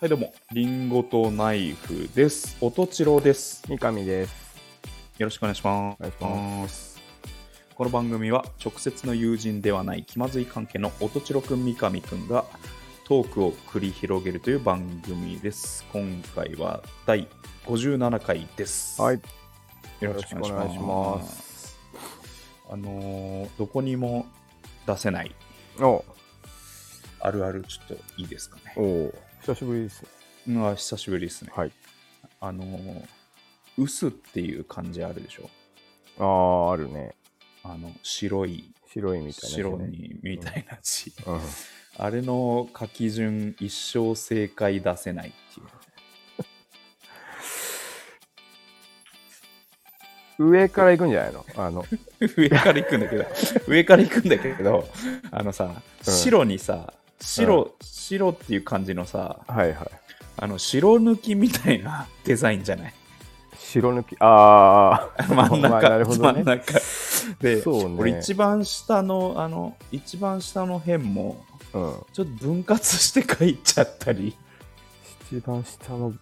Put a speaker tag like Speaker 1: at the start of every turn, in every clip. Speaker 1: はい、どうも。リンゴとナイフです。おとちろです。
Speaker 2: 三上です。
Speaker 1: よろしくお願いしま
Speaker 2: お願いし
Speaker 1: す。この番組は直接の友人ではない気まずい関係のおとちろくん三上くんがトークを繰り広げるという番組です。今回は第57回です。
Speaker 2: はい。
Speaker 1: よろしくお願いし
Speaker 2: よろしくお願
Speaker 1: ま。
Speaker 2: いします
Speaker 1: あのーどこにも出せない
Speaker 2: お
Speaker 1: あるあるちょっといいですかね。
Speaker 2: お久しぶりですね。
Speaker 1: うんあ久しぶりですね。
Speaker 2: はい。
Speaker 1: あのー、薄っていう感じあるでしょ。
Speaker 2: ああ、あるね。
Speaker 1: あの、白い、
Speaker 2: 白いみたいな、ね。
Speaker 1: 白にみたいな字。
Speaker 2: うん。
Speaker 1: あれの書き順、一生正解出せないっていう。
Speaker 2: 上から行くんじゃないのあの、
Speaker 1: 上から行くんだけ ど、上から行くんだけど、あのさ、
Speaker 2: うん
Speaker 1: 白にさ、白、白っていう感じのさ、
Speaker 2: はいはい。
Speaker 1: あの、白抜きみたいな デザインじゃない
Speaker 2: 白抜き、ああ。
Speaker 1: 真ん中、
Speaker 2: まあなるほど
Speaker 1: 真
Speaker 2: ね
Speaker 1: ん中。で、
Speaker 2: そうね
Speaker 1: 俺一番下の、あの、一番下の辺も、
Speaker 2: うん。
Speaker 1: ちょっと分割して書いちゃったり、
Speaker 2: 一番下の、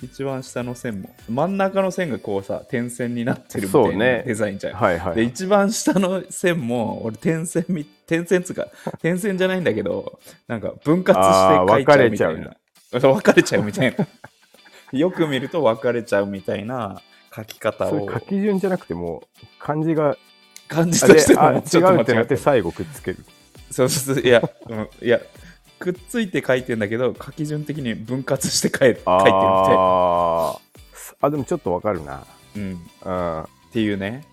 Speaker 1: 一番下の線も、真ん中の線がこうさ、点線になってるみた
Speaker 2: そう
Speaker 1: いな
Speaker 2: ね
Speaker 1: デザインじゃん。
Speaker 2: はいは
Speaker 1: で、
Speaker 2: い。
Speaker 1: 一番下の線も、俺、点線み、点線つうか、点線じゃないんだけど、なんか分割して書いちゃうみた
Speaker 2: あー分かれちゃう
Speaker 1: い
Speaker 2: ん
Speaker 1: な。そう分かれちゃうみたいな。よく見ると分かれちゃうみたいな書き方
Speaker 2: それ
Speaker 1: を
Speaker 2: 書き順じゃなくてもう、漢 字が、
Speaker 1: 感じ
Speaker 2: あ
Speaker 1: として
Speaker 2: であ
Speaker 1: もちょっと
Speaker 2: 違うって
Speaker 1: 間
Speaker 2: な
Speaker 1: 違
Speaker 2: って最後くっ つける。
Speaker 1: そうそうそう、いや、うんいや、くっついて書いてんだけど、書き順的に分割して書い書いてるみたいな。
Speaker 2: ああ。あ、でもちょっとわかるな。
Speaker 1: うん
Speaker 2: うん。
Speaker 1: っていうね。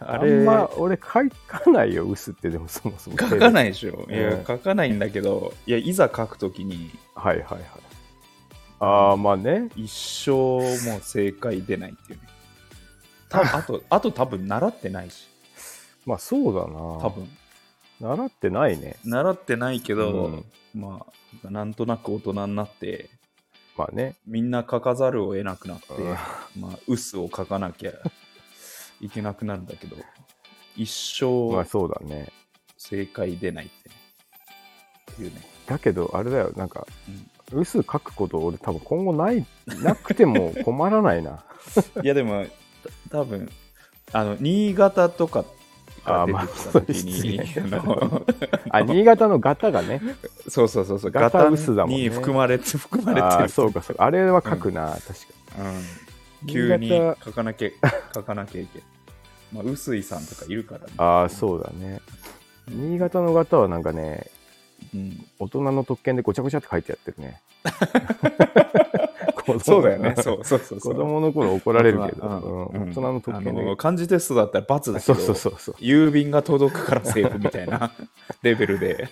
Speaker 1: あ
Speaker 2: あ
Speaker 1: れ、
Speaker 2: んま俺書かないよ、薄ってでもそもそも。
Speaker 1: 書か
Speaker 2: い。
Speaker 1: ないでしょ。いや、
Speaker 2: うん
Speaker 1: 書かないんだけど、いや、いざ書くときに、
Speaker 2: はいはいはい。ああ、まあね。
Speaker 1: 一生もう正解出ないっていうね。た あと、あと多分習ってないし、
Speaker 2: まあそうだな。
Speaker 1: 多分。
Speaker 2: 習ってないね。
Speaker 1: 習ってないけど、
Speaker 2: うん
Speaker 1: まあ、なんとなく大人になって、
Speaker 2: まあね。
Speaker 1: みんな書かざるを得なくなって、
Speaker 2: うん
Speaker 1: まあ、薄を書かなきゃいけなくなるんだけど、一生
Speaker 2: まあそうだね。
Speaker 1: 正解出ないってね。っていうね。
Speaker 2: だけど、あれだよ、なんか、
Speaker 1: うん
Speaker 2: 薄書くこと俺多分今後ない、なくても困らな いな。
Speaker 1: いやでもた多分あの新潟とかが
Speaker 2: あー
Speaker 1: 出
Speaker 2: まあ
Speaker 1: てきた時に
Speaker 2: そうですね
Speaker 1: あの
Speaker 2: あ、新潟のガタがね。
Speaker 1: そうそうそうそう
Speaker 2: ガタ薄だもんね
Speaker 1: に含まれて 含まれて
Speaker 2: あ
Speaker 1: る
Speaker 2: ーそうかそうか。あれは書くな、確か
Speaker 1: うん、
Speaker 2: に。
Speaker 1: 急に
Speaker 2: 新潟
Speaker 1: 書かな きゃ書かなきゃいけないまあ臼井さんとかいるからね
Speaker 2: ああ、そうだね。新潟のガタはなんかね、
Speaker 1: うん、
Speaker 2: 大人の特権でごちゃごちゃって書いてやってる ね。子供
Speaker 1: そうだよね そうそうそうそう
Speaker 2: 子供の頃怒られるけど、
Speaker 1: 大人
Speaker 2: うん
Speaker 1: うん
Speaker 2: 大人の特権
Speaker 1: あの
Speaker 2: で。
Speaker 1: 漢字テストだったら罰だけ
Speaker 2: そ
Speaker 1: ど
Speaker 2: うそうそうそう。
Speaker 1: 郵便が届くからセーフみたいな レベルで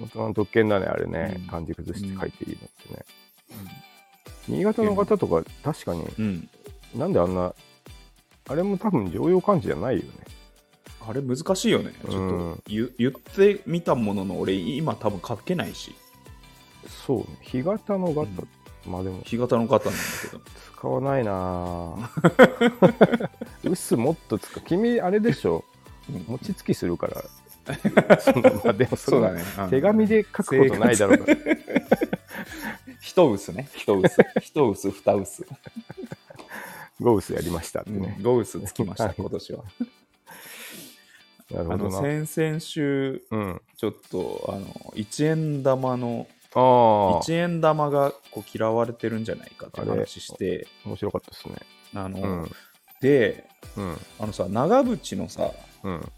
Speaker 2: 大人の特権だね、あれね
Speaker 1: うん。
Speaker 2: 漢字崩して書いていいのってね。新潟の方とか、確かに、
Speaker 1: うん
Speaker 2: なんであんな、あれも多分常用漢字じゃないよね。
Speaker 1: あれ難しいよね。ちょっと、
Speaker 2: うん
Speaker 1: ゆ言ってみたものの俺今多分書けないし、
Speaker 2: そうね。干潟の潟、まあでも、
Speaker 1: 日型の方なんだけど。
Speaker 2: 使わない なぁ。うすもっと使う。君、あれでしょ。
Speaker 1: うん
Speaker 2: 餅つきす るから。そのまあでも それは
Speaker 1: ね。
Speaker 2: 手紙
Speaker 1: で。
Speaker 2: で書くことないだろうから。
Speaker 1: 一薄ね。一 薄。一薄、二薄。
Speaker 2: ゴウスやりましたって
Speaker 1: うん
Speaker 2: ね。
Speaker 1: 五薄つきました、
Speaker 2: はい
Speaker 1: 今年は。
Speaker 2: なる
Speaker 1: あ
Speaker 2: ほ
Speaker 1: の、
Speaker 2: どな。
Speaker 1: 先々週、
Speaker 2: うん。
Speaker 1: ちょっと、あの、一円玉の、
Speaker 2: ああ、面
Speaker 1: 一円玉がこう嫌われてるんじゃないかって話して、
Speaker 2: 白かったですね。
Speaker 1: あの、
Speaker 2: うん。
Speaker 1: で、
Speaker 2: うん。
Speaker 1: あのさ、長渕のさ、
Speaker 2: うん。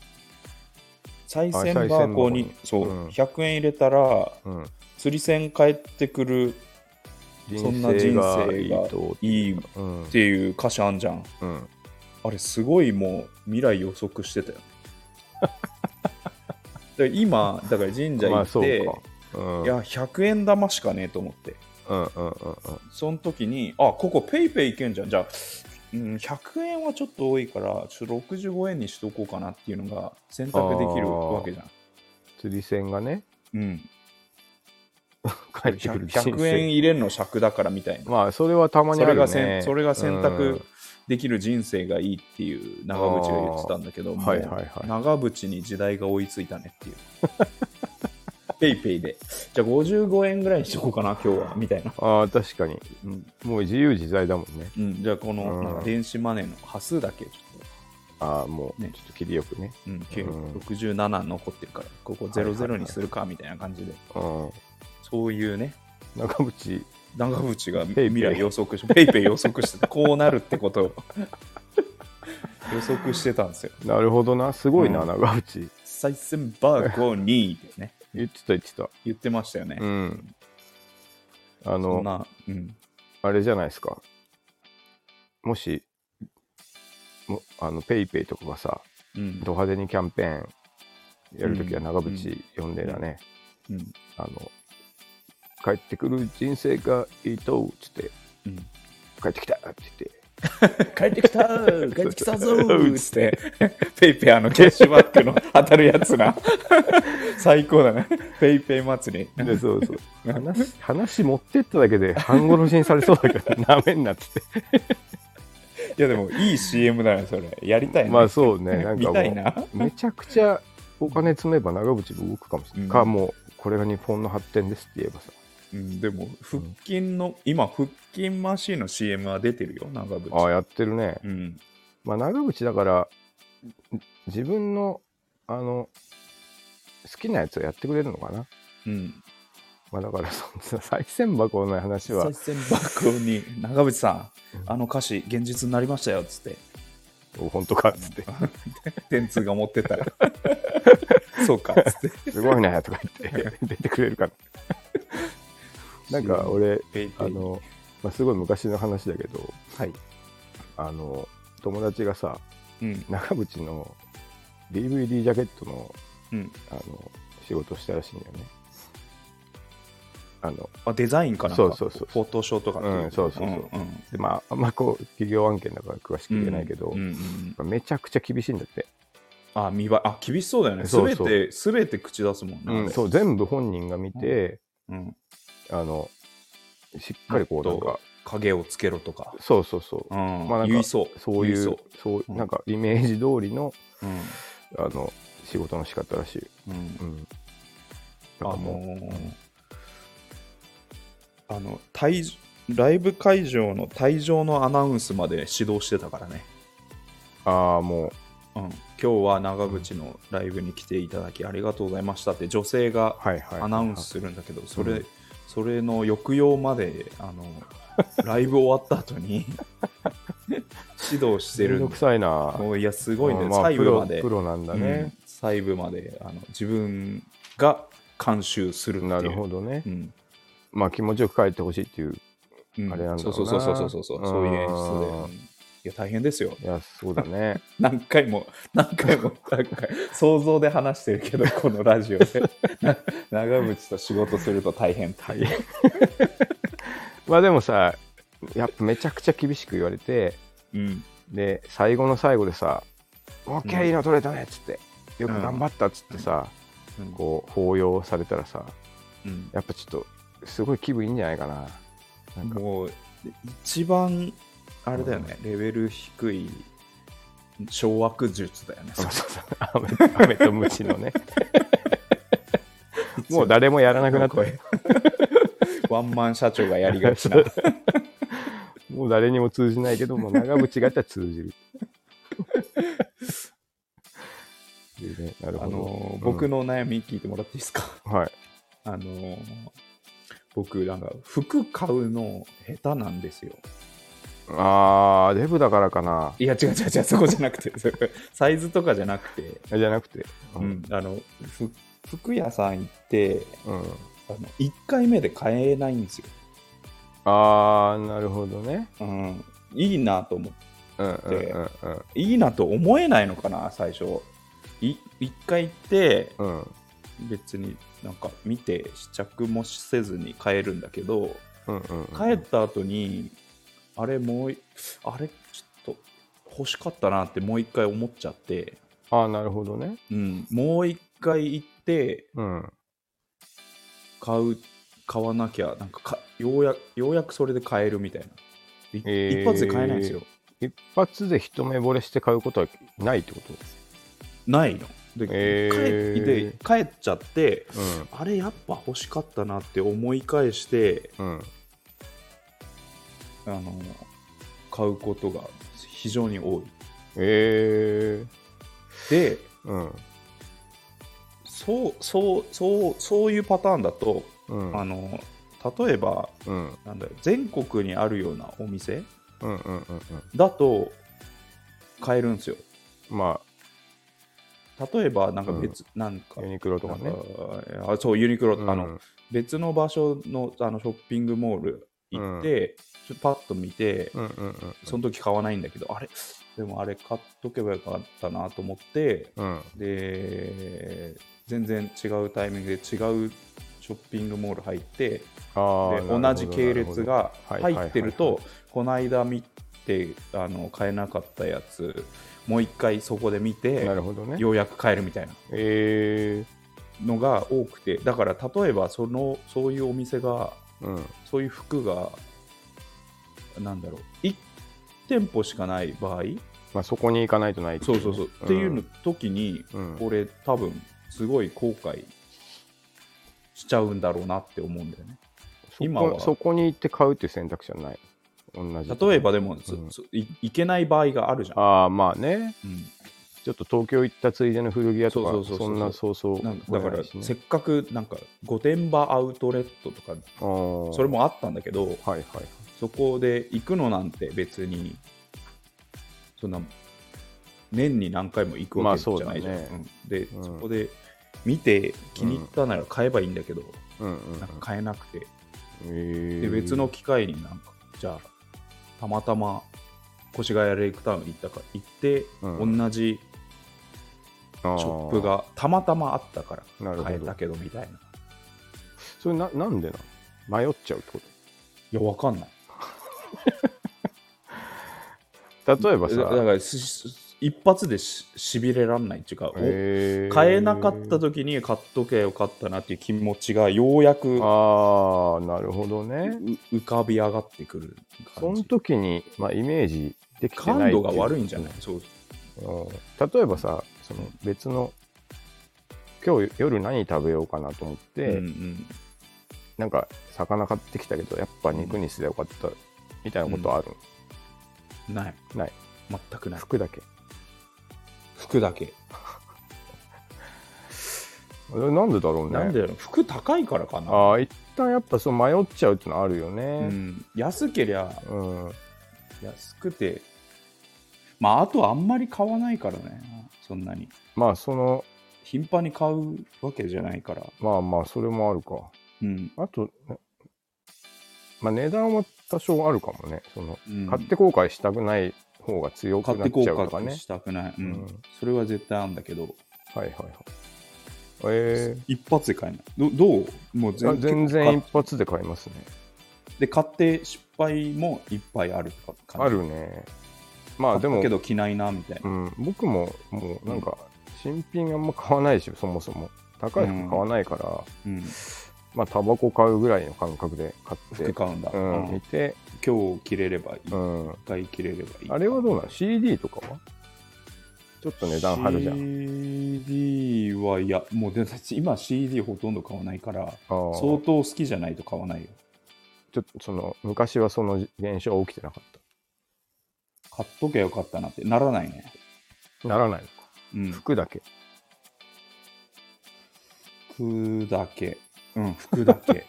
Speaker 1: 再
Speaker 2: あ
Speaker 1: 銭
Speaker 2: 賽銭
Speaker 1: 箱に
Speaker 2: 箱に
Speaker 1: そう、
Speaker 2: うん
Speaker 1: 100円入れたら、
Speaker 2: うん。
Speaker 1: 釣り銭帰ってくるそんな人生がいい
Speaker 2: と
Speaker 1: いいっ
Speaker 2: うん
Speaker 1: ていう歌詞あんじゃん
Speaker 2: うん、
Speaker 1: あれすごいもう未来予測してたよね だから今だから神社行
Speaker 2: まあ
Speaker 1: っ
Speaker 2: そう
Speaker 1: て、
Speaker 2: かうん
Speaker 1: いや100円玉しかねえと思って
Speaker 2: うんうんうんうん
Speaker 1: その時にあここペイペイいけんじゃんじゃあ、うん、100円はちょっと多いからちょっと65円にしとこうかなっていうのが選択できるわけじゃん
Speaker 2: 釣り線がね
Speaker 1: うん、
Speaker 2: 帰ってく
Speaker 1: 100,
Speaker 2: る人生
Speaker 1: 100円入れんの尺だからみたいな
Speaker 2: まあそれはたまに
Speaker 1: そ
Speaker 2: あ
Speaker 1: れ
Speaker 2: る
Speaker 1: が
Speaker 2: ね
Speaker 1: せんそれが選択
Speaker 2: う
Speaker 1: できる人生がいいっていう長渕が言ってたんだけど
Speaker 2: ん
Speaker 1: もう
Speaker 2: はいはいはい
Speaker 1: 長渕に時代が追いついたねっていう ペイペイで。じゃあ55円ぐらいにしようかな、今日は、みたいな。
Speaker 2: ああ、確かに。
Speaker 1: うん。
Speaker 2: もう自由自在だもんね。
Speaker 1: うん、じゃあこ
Speaker 2: う
Speaker 1: の
Speaker 2: ん
Speaker 1: なんか電子マネーの端数だけ、ちょっと。
Speaker 2: ああ、もう、ちょ
Speaker 1: ね
Speaker 2: っと切りよくね。
Speaker 1: うん、
Speaker 2: うん
Speaker 1: 967残ってるから、ここ00にするかみたいな感じで、
Speaker 2: うん。
Speaker 1: そういうね、
Speaker 2: 中渕、
Speaker 1: 長渕が
Speaker 2: ペイペイ
Speaker 1: 未来予測して、ペイペイ予測して、こうなるってことを 予測してたんですよ。
Speaker 2: なるほどな。すごいな、
Speaker 1: うん
Speaker 2: 長渕。
Speaker 1: 再選バーゴにってね、
Speaker 2: 言ってた、言ってた。
Speaker 1: 言ってましたよね。
Speaker 2: うん。あ
Speaker 1: そ
Speaker 2: の
Speaker 1: ん、な、うん、
Speaker 2: あれじゃないですか。もし、もあのペイペイとかがさ、
Speaker 1: うん、
Speaker 2: ド派手にキャンペーンやるときは長渕呼んでだね、
Speaker 1: うん、
Speaker 2: あの、帰ってくる人生がいいと、つって、
Speaker 1: うん。
Speaker 2: 帰ってきたって言って、
Speaker 1: 帰ってきた 帰ってきたぞーっつって、ペイペイあのキャッシュバックの 当たるやつ な。最高だね。ペイペイ祭り。
Speaker 2: でそうそう話話持ってっただけで半殺しにされそうだ からダメになってて
Speaker 1: いやでもいい CM だね、それ。やりたいね
Speaker 2: まあそうねなん
Speaker 1: 見
Speaker 2: か
Speaker 1: たい
Speaker 2: も
Speaker 1: な。
Speaker 2: うめちゃくちゃお金積めば長渕動くかもしれない、
Speaker 1: うん
Speaker 2: かもうこれが日本の発展ですって言えばさ
Speaker 1: うん、でも、腹筋の、今、腹筋マシンの CM は出てるよ、長
Speaker 2: ああ
Speaker 1: 渕。
Speaker 2: やってるね、
Speaker 1: うん、
Speaker 2: まあ、長渕だから自分のあの好きなやつをやってくれるのかな
Speaker 1: うん。
Speaker 2: まあだからそんな再銭箱の話は
Speaker 1: 再選爆音に、長渕さん
Speaker 2: う、ん
Speaker 1: あの歌詞、現実になりましたよ、つって、
Speaker 2: 本当かっつって
Speaker 1: 電通が持って ったら、そうか、つって。
Speaker 2: すごいねとか言って 出てくれるか ななんか俺
Speaker 1: ペイペイ
Speaker 2: あ、の、まあ、すごい昔の話だけど
Speaker 1: はい。
Speaker 2: あの友達がさ
Speaker 1: うん、
Speaker 2: 長渕の DVD ジャケットの
Speaker 1: うん。
Speaker 2: あの仕事をしたらしいんだよねあの
Speaker 1: あデザインかなんか、
Speaker 2: そうそうそう
Speaker 1: フォトショーとかってい
Speaker 2: うんそうそうそう
Speaker 1: うんん
Speaker 2: でまああん まこう企業案件だから詳しく言えないけど、
Speaker 1: うんうんうん
Speaker 2: まあめちゃくちゃ厳しいんだって、
Speaker 1: あ、見栄え、あ、厳しそうだよね。す
Speaker 2: そう
Speaker 1: べ
Speaker 2: そう
Speaker 1: て、すべて口出すもんね。あれ
Speaker 2: そう全部本人が見て、
Speaker 1: うん。
Speaker 2: あのしっかりこうなん
Speaker 1: もっ
Speaker 2: か
Speaker 1: 影をつけろとか。
Speaker 2: そうそうそう、
Speaker 1: うん
Speaker 2: まあなんか
Speaker 1: 言いそう。
Speaker 2: そうい
Speaker 1: 言
Speaker 2: う
Speaker 1: そ
Speaker 2: そう
Speaker 1: うん
Speaker 2: なんかイメージ通りの
Speaker 1: う。うん
Speaker 2: あの仕事の仕方らしい、
Speaker 1: うん
Speaker 2: うん、
Speaker 1: あ
Speaker 2: なん
Speaker 1: の
Speaker 2: かもう
Speaker 1: ーあの退場ライブ会場の退場のアナウンスまで指導してたからね、
Speaker 2: ああもう
Speaker 1: うん、今日は長渕のライブに来ていただきありがとうございましたって女性が
Speaker 2: はいはい
Speaker 1: アナウンスするんだけど、それ、
Speaker 2: うん
Speaker 1: それの抑揚まであ のライブ終わった後に指導して
Speaker 2: め
Speaker 1: る
Speaker 2: ん
Speaker 1: ん
Speaker 2: ど
Speaker 1: だ
Speaker 2: くさいな
Speaker 1: もういやすごいね、
Speaker 2: うんまあ
Speaker 1: 細
Speaker 2: プ
Speaker 1: 部
Speaker 2: ロ
Speaker 1: まで
Speaker 2: プロなんだね、
Speaker 1: うん細部まであの自分が監修するっていう
Speaker 2: なるほどね、
Speaker 1: うん
Speaker 2: まあ気持ちよく帰ってほしいっていう
Speaker 1: うん
Speaker 2: あれなんだろうな
Speaker 1: そうそうそうそうそうそう
Speaker 2: うん
Speaker 1: そういう演出で、うんいや大変ですよ
Speaker 2: いやそうだね
Speaker 1: 何回も何回も何回想像で話してるけどこのラジオでな長渕と仕事すると大変大変
Speaker 2: まあでもさやっぱめちゃくちゃ厳しく言われて
Speaker 1: うん
Speaker 2: で最後の最後でさ「オッケーいいの取れたね」っつって「よく頑張った」っつってさ、
Speaker 1: うん
Speaker 2: こう抱擁されたらさ
Speaker 1: うん
Speaker 2: やっぱちょっとすごい気分いいんじゃないかななんか
Speaker 1: もう一番あれだよね、レベル低い掌握術だよね
Speaker 2: そうそうそう雨雨と鞭の ねもう誰もやらなくなった
Speaker 1: ワンマン社長がやりがちな
Speaker 2: もう誰にも通じないけども、長渕がやったら通 じる。いいね なる
Speaker 1: あ
Speaker 2: ほど。
Speaker 1: の、
Speaker 2: うん
Speaker 1: 僕の悩み聞いてもらっていいですか
Speaker 2: はい。
Speaker 1: あのー僕なんか服買うの下手なんですよ。
Speaker 2: あー、デブだからかな。
Speaker 1: いや違う違う違うそこじゃなくて それサイズとかじゃなくて、
Speaker 2: じゃなくて。
Speaker 1: う。ん、あのふ服屋さん行ってあ
Speaker 2: うん、
Speaker 1: の1回目で買えないんですよ。
Speaker 2: あー、なるほどね。
Speaker 1: うん、いいなと思って
Speaker 2: うんうんうんうん
Speaker 1: いいなと思えないのかな最初。い1回行って
Speaker 2: うん
Speaker 1: 別になんか見て試着もせずに買えるんだけど。
Speaker 2: うんうん
Speaker 1: 帰った後に、あれもういあれちょっと欲しかったなってもう一回思っちゃって、
Speaker 2: あー、なるほどね。
Speaker 1: うん、もう一回行って
Speaker 2: うん。
Speaker 1: 買う買わなきゃなんかかようやようやくそれで買えるみたいな、い
Speaker 2: えー
Speaker 1: 一発で買えないんですよ
Speaker 2: 一発で一目惚れして買うことはないってこと
Speaker 1: ないので,、
Speaker 2: へー
Speaker 1: 帰で帰っちゃってあれやっぱ欲しかったなって思い返して
Speaker 2: うんうん
Speaker 1: あの買うことが非常に多い
Speaker 2: え
Speaker 1: で
Speaker 2: ー、うん
Speaker 1: そうそうそうそういうパターンだと、
Speaker 2: うん
Speaker 1: あの例えば
Speaker 2: うん
Speaker 1: なんだろう全国にあるようなお店
Speaker 2: うんうんうん
Speaker 1: だと買えるんですよ
Speaker 2: うんま
Speaker 1: 例えばなんか別、なんか
Speaker 2: あユニクロとか
Speaker 1: な
Speaker 2: ね
Speaker 1: んかあそうユニクロ、あの
Speaker 2: うん
Speaker 1: 別の場所のあのショッピングモール行って、ちょパッと見て、
Speaker 2: うんうんうん
Speaker 1: その時買わないんだけどあれでもあれ買っとけばよかったなと思って
Speaker 2: うん
Speaker 1: で全然違うタイミングで違うショッピングモール入って
Speaker 2: あー
Speaker 1: で
Speaker 2: な
Speaker 1: 同
Speaker 2: るほ
Speaker 1: じ
Speaker 2: ど
Speaker 1: 系列が
Speaker 2: なるほどはい
Speaker 1: 入ってる
Speaker 2: はい
Speaker 1: とこの間見てあの買えなかったやつもう一回そこで見て
Speaker 2: なるほどね
Speaker 1: ようやく買えるみたいな
Speaker 2: え
Speaker 1: のが多くてだから例えばそのそういうお店が
Speaker 2: ー、うん
Speaker 1: そういう服がなんだろう1店舗しかない場合
Speaker 2: まあそこに行かないとない
Speaker 1: そうそうそう、っていうの時に
Speaker 2: うん
Speaker 1: これ多分すごい後悔しちゃうんだろうなって思うんだよね今
Speaker 2: 今
Speaker 1: は
Speaker 2: はそこに行って買うっていう選択肢はない同じ
Speaker 1: 例えばでも、そ
Speaker 2: うん
Speaker 1: そいいけない場合があるじゃん、
Speaker 2: ああまあね
Speaker 1: うん
Speaker 2: ちょっと東京行ったついでの古着屋とか
Speaker 1: そ
Speaker 2: そう
Speaker 1: そうそうそうん
Speaker 2: なそうそう
Speaker 1: なんかだから、
Speaker 2: 来れないし
Speaker 1: せ
Speaker 2: ね
Speaker 1: っかくなんか御殿場アウトレットとか
Speaker 2: あー
Speaker 1: それもあったんだけど
Speaker 2: はいはい
Speaker 1: そこで行くのなんて別にそんな年に何回も行くわけじゃないじゃん、
Speaker 2: まあそうだね
Speaker 1: うんで、
Speaker 2: うん
Speaker 1: そこで見て気に入ったなら買えばいいんだけど、
Speaker 2: うんうんうん
Speaker 1: なんか買えなくて
Speaker 2: えー
Speaker 1: で別の機会になんかじゃあたまたま越谷レイクタウン行ったか行って、
Speaker 2: うん
Speaker 1: 同じ
Speaker 2: ショ
Speaker 1: ショップがたまたまあったか
Speaker 2: な
Speaker 1: ら
Speaker 2: るほど
Speaker 1: 買えたけどみたいな
Speaker 2: それななんでなの迷っちゃうってこ
Speaker 1: いやわかんない
Speaker 2: と例えば
Speaker 1: だ
Speaker 2: さ
Speaker 1: だからすす一発でししびれらんないっていうか、お
Speaker 2: えー
Speaker 1: 買えなかった時に買っとけばよかったなっていう気持ちがようやく
Speaker 2: ああなるほどね
Speaker 1: う浮かび上がってくる
Speaker 2: そ
Speaker 1: 感
Speaker 2: の
Speaker 1: じ
Speaker 2: 時に、まあ、イメージできてな
Speaker 1: 感
Speaker 2: い
Speaker 1: 度が悪いんじゃないそう
Speaker 2: うん例えばさその別の今日夜何食べようかなと思って、
Speaker 1: うんうん
Speaker 2: なんか魚買ってきたけどやっぱ肉にすればよかったみたいなことある、
Speaker 1: ない
Speaker 2: ない
Speaker 1: 全くない
Speaker 2: 服だけ
Speaker 1: 服だけ
Speaker 2: あれなんでだろうね
Speaker 1: なんでだろう服高いからかな、
Speaker 2: ああ一旦やっぱそう迷っちゃうってのあるよ
Speaker 1: う
Speaker 2: ね
Speaker 1: ん、安けりゃ
Speaker 2: うん、
Speaker 1: 安くてまああとはあんまり買わないからねそんなに
Speaker 2: まあその
Speaker 1: 頻繁に買うわけじゃないから
Speaker 2: まあまあそれもあるか
Speaker 1: うん、
Speaker 2: あと、ねまあ、値段は多少あるかもねその、
Speaker 1: うん
Speaker 2: 買って後悔したくない方が強
Speaker 1: 買
Speaker 2: く
Speaker 1: っ
Speaker 2: なって
Speaker 1: 後
Speaker 2: ちゃうとか
Speaker 1: 悔
Speaker 2: ね
Speaker 1: したくない、うん
Speaker 2: うん
Speaker 1: それは絶対あるんだけど
Speaker 2: はいはいはいえ
Speaker 1: 一発で買えないどどうもう
Speaker 2: ー、あ全
Speaker 1: 結構買
Speaker 2: 然
Speaker 1: っ
Speaker 2: 一発で買いますね
Speaker 1: で買って失敗もいっぱいあるとか感
Speaker 2: あ
Speaker 1: じ
Speaker 2: るねまあ
Speaker 1: 買
Speaker 2: で
Speaker 1: った
Speaker 2: も
Speaker 1: けど着ないなみたいな、
Speaker 2: うん、僕ももうなんか新品あんま買わないしそもそも高い服買わないから、
Speaker 1: うん、
Speaker 2: まあタバコ買うぐらいの感覚で買って
Speaker 1: 服買うんだ、
Speaker 2: うん
Speaker 1: うん
Speaker 2: 見て、
Speaker 1: 今日着れればいい、
Speaker 2: うん、
Speaker 1: 一回着れればいい
Speaker 2: あれはどうなの CD とかはちょっと値段張るじゃん
Speaker 1: CD はいやもうで今 CD ほとんど買わないから
Speaker 2: あー
Speaker 1: 相当好きじゃないと買わないよ
Speaker 2: ちょっとその昔はその現象は起きてなかっ
Speaker 1: 買っときゃよかったなってならないね、
Speaker 2: たならないのか
Speaker 1: うん、
Speaker 2: 服だけ
Speaker 1: 服だけうん服だ け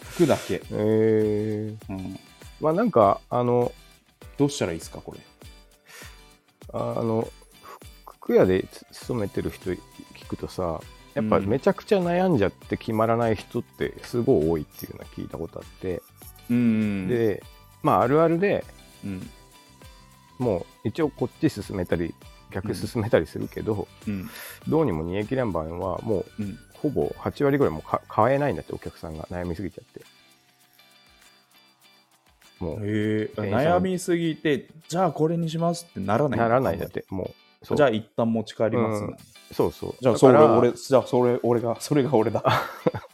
Speaker 1: 服だけ、
Speaker 2: えー、
Speaker 1: うん、
Speaker 2: まあなんかあの
Speaker 1: どうしたらいいですかこれ
Speaker 2: あの服屋でつ勤めてる人聞くとさやっぱ
Speaker 1: うん
Speaker 2: めちゃくちゃ悩んじゃって決まらない人ってすごい多いっていうのは聞いたことあって、
Speaker 1: うん
Speaker 2: でまああるあるで
Speaker 1: うん
Speaker 2: もう一応こっち進めたり
Speaker 1: う
Speaker 2: 逆
Speaker 1: ん
Speaker 2: 進めたりするけど、
Speaker 1: うん
Speaker 2: どうにも煮え切れん場合はも
Speaker 1: う
Speaker 2: う
Speaker 1: ん
Speaker 2: ほぼ8割ぐらいもうか買えないんだってお客さんが悩みすぎちゃってもう
Speaker 1: へえ
Speaker 2: 電車の
Speaker 1: 悩みすぎて、じゃあこれにしますってならない
Speaker 2: ならないんだってもうそう
Speaker 1: じゃあ一旦持ち帰りますな、
Speaker 2: うんそうそう
Speaker 1: じゃあ
Speaker 2: だ
Speaker 1: そ
Speaker 2: か
Speaker 1: れ
Speaker 2: ら
Speaker 1: 俺、じゃあそれ俺が、そ れが俺 だ。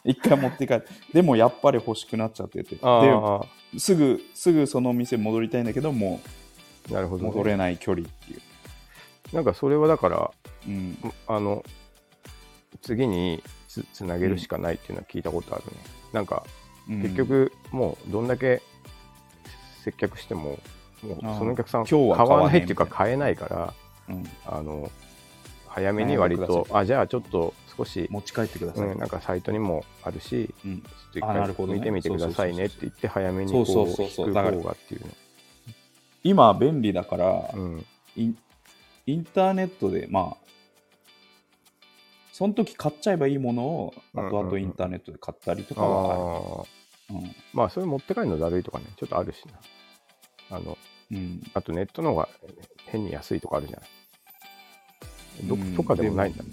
Speaker 1: 一回持って帰って、でもやっぱり欲しくなっちゃってて、
Speaker 2: ああ
Speaker 1: ですぐ、すぐその店戻りたいんだけど、も
Speaker 2: なるほ
Speaker 1: う
Speaker 2: どね、
Speaker 1: 戻れない距離っていう。
Speaker 2: なんかそれはだから
Speaker 1: うん、
Speaker 2: あの次につつなげるしかないっていうのは聞いたことあるね、なんか結局もうどんだけ接客してももう
Speaker 1: ああ
Speaker 2: そのお客さんは買
Speaker 1: 今日は買わ
Speaker 2: わな
Speaker 1: ねえ
Speaker 2: いっていうか
Speaker 1: み
Speaker 2: 買えないから
Speaker 1: うん、うん
Speaker 2: あの早めに割
Speaker 1: 早めに
Speaker 2: と
Speaker 1: くだ
Speaker 2: あじゃあちょっと少し、
Speaker 1: 持ち帰ってください。
Speaker 2: うん、なんかサイトにもあるし
Speaker 1: うん
Speaker 2: ちょっと一
Speaker 1: あなるほど
Speaker 2: 回
Speaker 1: ね
Speaker 2: 見てみてくださいねって言って早め
Speaker 1: そ
Speaker 2: にこ
Speaker 1: う
Speaker 2: う
Speaker 1: そうそうそう
Speaker 2: 聞く
Speaker 1: だから
Speaker 2: 方がっていうね
Speaker 1: 今、便利だから、
Speaker 2: うん
Speaker 1: インインターネットで、まあ、その時買っちゃえばいいものを、
Speaker 2: うんうんうん
Speaker 1: 後々インターネットで買ったりと
Speaker 2: あ
Speaker 1: かは
Speaker 2: ー
Speaker 1: ある。
Speaker 2: まあそれ持って帰るのだるいとかねちょっとあるしなあの
Speaker 1: うんうん
Speaker 2: あとネットの方が変に安いとかあるじゃない。ど
Speaker 1: うん
Speaker 2: とかでもないんだね。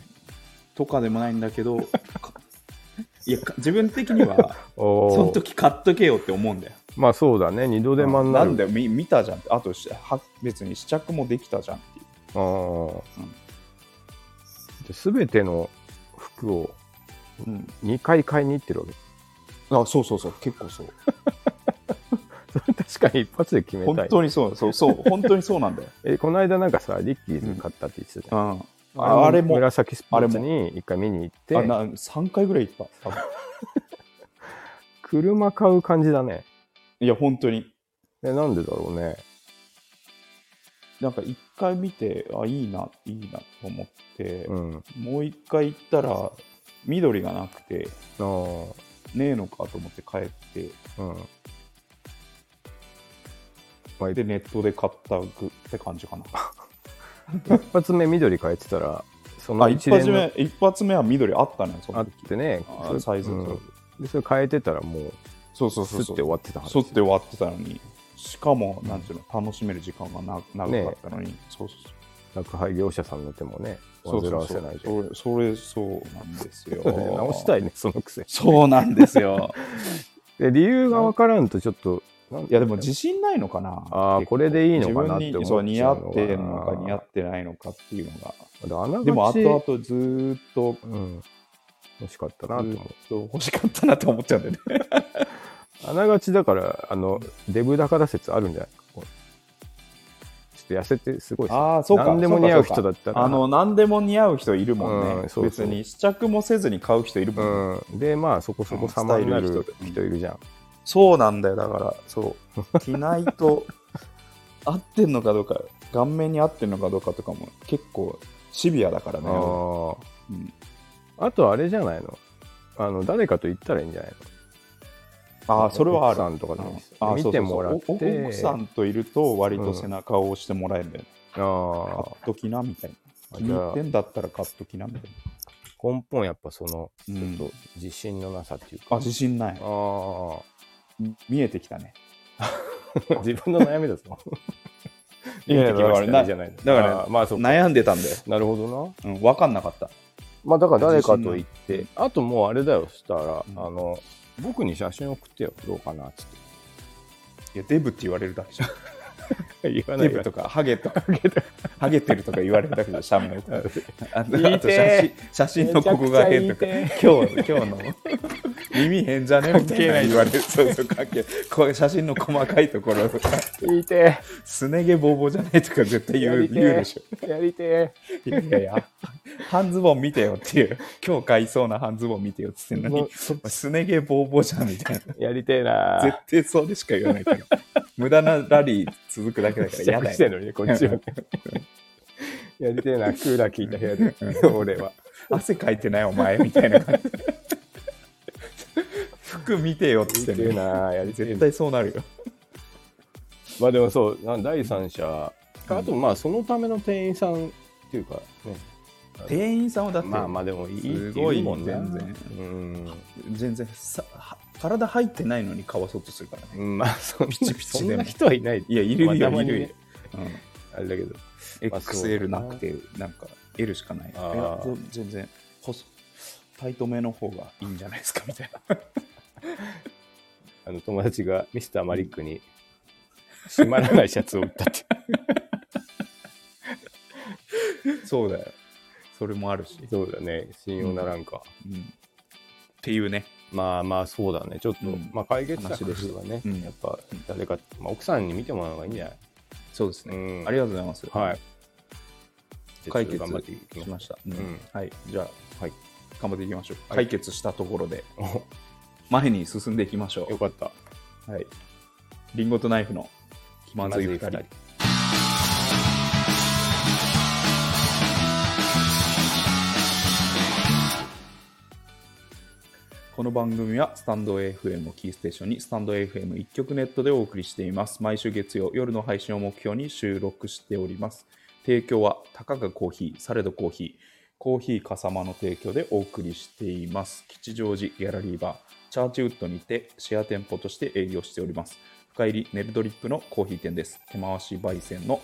Speaker 1: とかでもないんだけ ど、かいや、か自分的には、
Speaker 2: おー
Speaker 1: その時買っとけよって思うんだよ。
Speaker 2: まあそうだね、二度手間にな
Speaker 1: な
Speaker 2: る。
Speaker 1: んだよ、み見たじゃんって。あとしは、別に試着もできたじゃんっていう。
Speaker 2: あー
Speaker 1: うん
Speaker 2: じゃすべての服を
Speaker 1: うん、
Speaker 2: 2回買いに行ってるわけ。
Speaker 1: あそうそうそう、結構そう。
Speaker 2: 確かに一発で決めた
Speaker 1: 本
Speaker 2: い。
Speaker 1: 当にそう、そう、そう、本当にそうなんだよ。
Speaker 2: えこの間なんかさ、リッキーズ買ったって言ってたじゃん
Speaker 1: うん、ああれも、
Speaker 2: 紫スポーツに一回見に行って
Speaker 1: あ、な3回ぐらい行った。多分
Speaker 2: 車買う感じだね。
Speaker 1: いや、本当に。
Speaker 2: えなんでだろうね。
Speaker 1: なんか1回見て、あ、いいな、いいなと思って、
Speaker 2: うん。あ
Speaker 1: もう1回行ったら、緑がなくて、
Speaker 2: ー
Speaker 1: ねえのかと思って帰って、
Speaker 2: うん。まあ
Speaker 1: で、ネットで買った具って感じかな。
Speaker 2: 一発目緑変えてたら、その
Speaker 1: あ一
Speaker 2: 一連
Speaker 1: 発
Speaker 2: の
Speaker 1: 目、一発目は緑あったね、そ
Speaker 2: あ
Speaker 1: の
Speaker 2: っ
Speaker 1: 時。
Speaker 2: てね
Speaker 1: あ、
Speaker 2: それ
Speaker 1: サイズと
Speaker 2: うんでそれ変えてたらもう、
Speaker 1: そうそうそ
Speaker 2: すっ
Speaker 1: う
Speaker 2: て
Speaker 1: そう。
Speaker 2: 終わってた話
Speaker 1: 剃って終わってたのに、しかも、なんていうの、楽しめる時間がな長かったのに、そうそうそう。
Speaker 2: 宅配業者さんの手もね、
Speaker 1: そう
Speaker 2: 煩
Speaker 1: そう
Speaker 2: わ
Speaker 1: そ
Speaker 2: せ
Speaker 1: う
Speaker 2: ないで。
Speaker 1: それそれそうなんですよ
Speaker 2: 直したいね、そのくせ。
Speaker 1: そうなんですよ
Speaker 2: で、理由がわからんと、ちょっと、なん
Speaker 1: いやでも自信ないのかな
Speaker 2: あー
Speaker 1: 結構
Speaker 2: これでいいのかなって
Speaker 1: 自分に
Speaker 2: 思
Speaker 1: そう
Speaker 2: っ
Speaker 1: 似
Speaker 2: ち
Speaker 1: 合
Speaker 2: ゃうのが
Speaker 1: ってるのか似合ってないのかっていうのが
Speaker 2: あながち
Speaker 1: でも後々ずーっと
Speaker 2: うん、欲しかった
Speaker 1: ず
Speaker 2: なと思
Speaker 1: ー
Speaker 2: う
Speaker 1: っ。と欲しかったなと思っちゃうんだよね
Speaker 2: あながちだから、あの、デブ高田説あるんじゃないかこうちょっと痩せてすごいさ。
Speaker 1: ああそうか
Speaker 2: 何でも似合う人だ
Speaker 1: っ
Speaker 2: ったら。
Speaker 1: あの何でも似合う人いるもんね、
Speaker 2: うんそうそう
Speaker 1: 別に試着もせずに買う人いるもんね、
Speaker 2: うん、で、まあ、そこそこ様になる人いるじゃん。
Speaker 1: そうなんだよだからそう着ないと合ってんのかどうか顔面に合ってんのかどうかとかも結構シビアだからね、
Speaker 2: あ
Speaker 1: うん
Speaker 2: ああと、あれじゃないのあの誰かと言ったらいいんじゃないの
Speaker 1: あーそれはある
Speaker 2: 奥さんとかでもいいです
Speaker 1: あー
Speaker 2: 見てもらって
Speaker 1: そうそうそうおお奥さんといると割と背中を押してもらえるんだよね、
Speaker 2: あ
Speaker 1: 買っときなみたいな
Speaker 2: あ
Speaker 1: 気に入ってんだったら買っときなみたい
Speaker 2: あ根本やっぱその
Speaker 1: な、う
Speaker 2: ちょっ
Speaker 1: ん
Speaker 2: と自信のなさっていうか、
Speaker 1: あ自信ない
Speaker 2: あ
Speaker 1: 見えてきたね
Speaker 2: あ 自分の悩みだぞ
Speaker 1: いやいや
Speaker 2: 出てきましたね
Speaker 1: だから
Speaker 2: じゃないの
Speaker 1: だから
Speaker 2: ああまあそうな
Speaker 1: 悩んでたんだよ、
Speaker 2: るほどな
Speaker 1: うん、分かんなかった
Speaker 2: まあだから誰かと言っ
Speaker 1: 自
Speaker 2: てあともうあれだよそしたら、
Speaker 1: うん
Speaker 2: あの僕に写真送ってよどうかなっつっ
Speaker 1: いやデブって言われるだけじゃん
Speaker 2: て 言わ
Speaker 1: デ
Speaker 2: 言
Speaker 1: ブ
Speaker 2: わ
Speaker 1: とか ハゲとかハゲてるとか言われるだけで社名とか あと
Speaker 2: 言い
Speaker 1: あと
Speaker 2: て
Speaker 1: 写
Speaker 2: え
Speaker 1: 真写真のここが変とか
Speaker 2: め
Speaker 1: 今日今日の 耳変じゃねみたいな言われるそうそう関係こう写真の細かいところとか
Speaker 2: 言 いて
Speaker 1: すね毛ボーボーじゃないとか絶対
Speaker 2: え
Speaker 1: 言
Speaker 2: や
Speaker 1: う
Speaker 2: りてえ
Speaker 1: 言うでしょ
Speaker 2: やりて
Speaker 1: いやいやいや半ズボン見てよっていう今日買いそうな半ズボン見てよっつってんの
Speaker 2: も
Speaker 1: にすね毛ボーボーじゃんみたいな
Speaker 2: えやりてえな
Speaker 1: 絶対そうでしか言わないから無駄なラリー続くだけだから
Speaker 2: 試
Speaker 1: 嫌
Speaker 2: 着
Speaker 1: だ
Speaker 2: し
Speaker 1: よ
Speaker 2: てんのにねこっちはやりてえなクーラー効いた部屋で俺は
Speaker 1: 汗かいてないお前みたいな感じ服見てよっつ
Speaker 2: や
Speaker 1: って
Speaker 2: りてえ
Speaker 1: んの
Speaker 2: なやりてえ
Speaker 1: 絶
Speaker 2: な
Speaker 1: 対そうなるよ
Speaker 2: まあでもそうな第三者あとまあそのための店員さんっていうかね
Speaker 1: 店員さんはだって
Speaker 2: まあまあでもいいって
Speaker 1: す
Speaker 2: 言
Speaker 1: ごいう
Speaker 2: もんな
Speaker 1: 全然
Speaker 2: うん
Speaker 1: 全然さは体入ってないのにかわそうとするからね
Speaker 2: うんまあそんな
Speaker 1: ピチピチで
Speaker 2: そ
Speaker 1: も
Speaker 2: んな人はいない
Speaker 1: いやいるよ
Speaker 2: まあたま
Speaker 1: い
Speaker 2: にね
Speaker 1: るよ、うん
Speaker 2: あれだけど
Speaker 1: XL なくて、なんか L しかない。い
Speaker 2: あー
Speaker 1: やぜ全然細、タイトめの方がいいんじゃないですかみたい な。
Speaker 2: あの友達がミスターマリックに閉まらないシャツを売ったって
Speaker 1: そうだよ。それもあるし。
Speaker 2: そうだね信用ならんか、
Speaker 1: うん、っていうね。
Speaker 2: まあまあそうだねちょっと、
Speaker 1: うん
Speaker 2: まあ解決策としてはね、
Speaker 1: 話でした
Speaker 2: やっぱ誰か、まあ、奥さんに見てもらうのがいいんじゃない
Speaker 1: そうですね。
Speaker 2: うん
Speaker 1: ありがとうございます。
Speaker 2: はい
Speaker 1: 解決
Speaker 2: 頑張っていき
Speaker 1: し
Speaker 2: ま。
Speaker 1: ますした。うん
Speaker 2: うん
Speaker 1: はい、じゃあ、
Speaker 2: はい
Speaker 1: 頑張っていきましょう。
Speaker 2: はい
Speaker 1: 解決したところで、
Speaker 2: お
Speaker 1: 前に進んでいきましょ
Speaker 2: よかった。
Speaker 1: う。はい、リンゴとナイフの気まずい2人。
Speaker 2: まずい二
Speaker 1: この番組はスタンド FM をキーステーションにスタンド FM 一曲ネットでお送りしています。毎週月曜夜の配信を目標に収録しております。提供はたかがコーヒー、されどコーヒー、コーヒーかさまの提供でお送りしています。吉祥寺ギャラリーバー、チャーチウッドにてシェア店舗として営業しております。深入りネルドリップのコーヒー店です。手回し焙煎の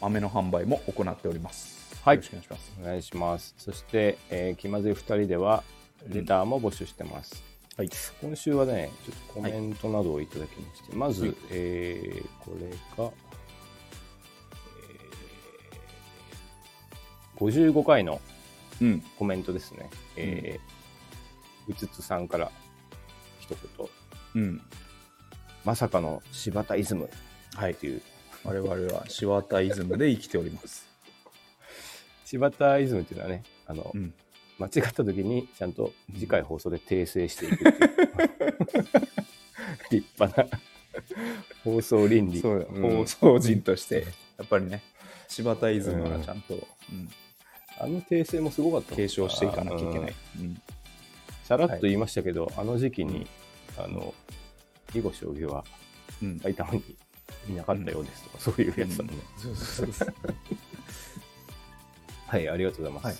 Speaker 1: 豆の販売も行っております。
Speaker 2: はい
Speaker 1: よろしくお願いします。
Speaker 2: お願いします。そして、えー気まずい2人では、レターも募集してます。
Speaker 1: はい。
Speaker 2: 今週はね、ちょっとコメントなどをいただきまして、まず、えーこれが、えー55回の
Speaker 1: うん。
Speaker 2: コメントですね。えーうつつさんから一言、
Speaker 1: うん。
Speaker 2: まさかの柴田イズム
Speaker 1: はい
Speaker 2: っ。ていう、
Speaker 1: 我々はシワタイズムで生きております。
Speaker 2: 柴田イズムっていうのはね、あの、
Speaker 1: うん。
Speaker 2: 間違った時にちゃんと次回放送で訂正していく っていう立派な放送倫理
Speaker 1: そうだ、
Speaker 2: ん
Speaker 1: 放送人として、やっぱりね、柴田イズムはちゃんと、うん
Speaker 2: あの訂正もすごかったもん
Speaker 1: 継承していかなきゃいけな
Speaker 2: う
Speaker 1: い
Speaker 2: ん。
Speaker 1: うん
Speaker 2: さらっと言いましたけど、あの時期にあの囲碁将棋は
Speaker 1: うん
Speaker 2: 埼玉にいなかったようですとか、そういうやつだもんね、
Speaker 1: そうそうそうそう
Speaker 2: はいありがとうございます、
Speaker 1: はい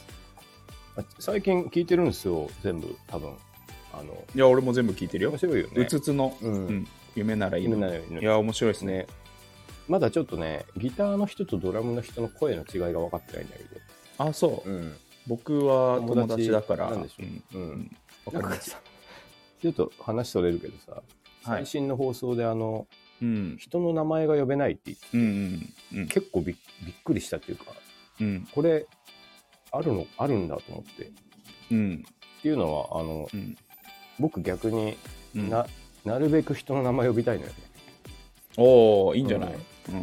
Speaker 2: あ最近聞いてるんですよ全部多分あの
Speaker 1: いや、俺も全部聞いてるよ
Speaker 2: 面。白いよね
Speaker 1: うつつの、
Speaker 2: うん
Speaker 1: うん夢ならいい
Speaker 2: 夢
Speaker 1: の。
Speaker 2: なのようにね
Speaker 1: いや、面白いですね。
Speaker 2: ね、まだちょっとね、ギターの人とドラムの人の声の違いが分かってないんだけど、
Speaker 1: あ、そう。
Speaker 2: ん、
Speaker 1: 僕は友達だから。
Speaker 2: なんでし
Speaker 1: う
Speaker 2: ょ
Speaker 1: ん
Speaker 2: う、うん、
Speaker 1: わ
Speaker 2: な
Speaker 1: かり
Speaker 2: ん
Speaker 1: ま
Speaker 2: か
Speaker 1: す
Speaker 2: さ、ちょっと話それるけどさ、
Speaker 1: はい
Speaker 2: 最新の放送であの、
Speaker 1: うん。
Speaker 2: 人の名前が呼べないって
Speaker 1: うんうんうん
Speaker 2: 結構びっびっくりしたっていうか、
Speaker 1: うん
Speaker 2: これ、あるの、あるんだと思って。っ
Speaker 1: うん
Speaker 2: ていうのは、あの、
Speaker 1: うん
Speaker 2: 僕逆に
Speaker 1: うん
Speaker 2: な、なるべく人の名前呼びたいのよね。
Speaker 1: おおいいんじゃない、うん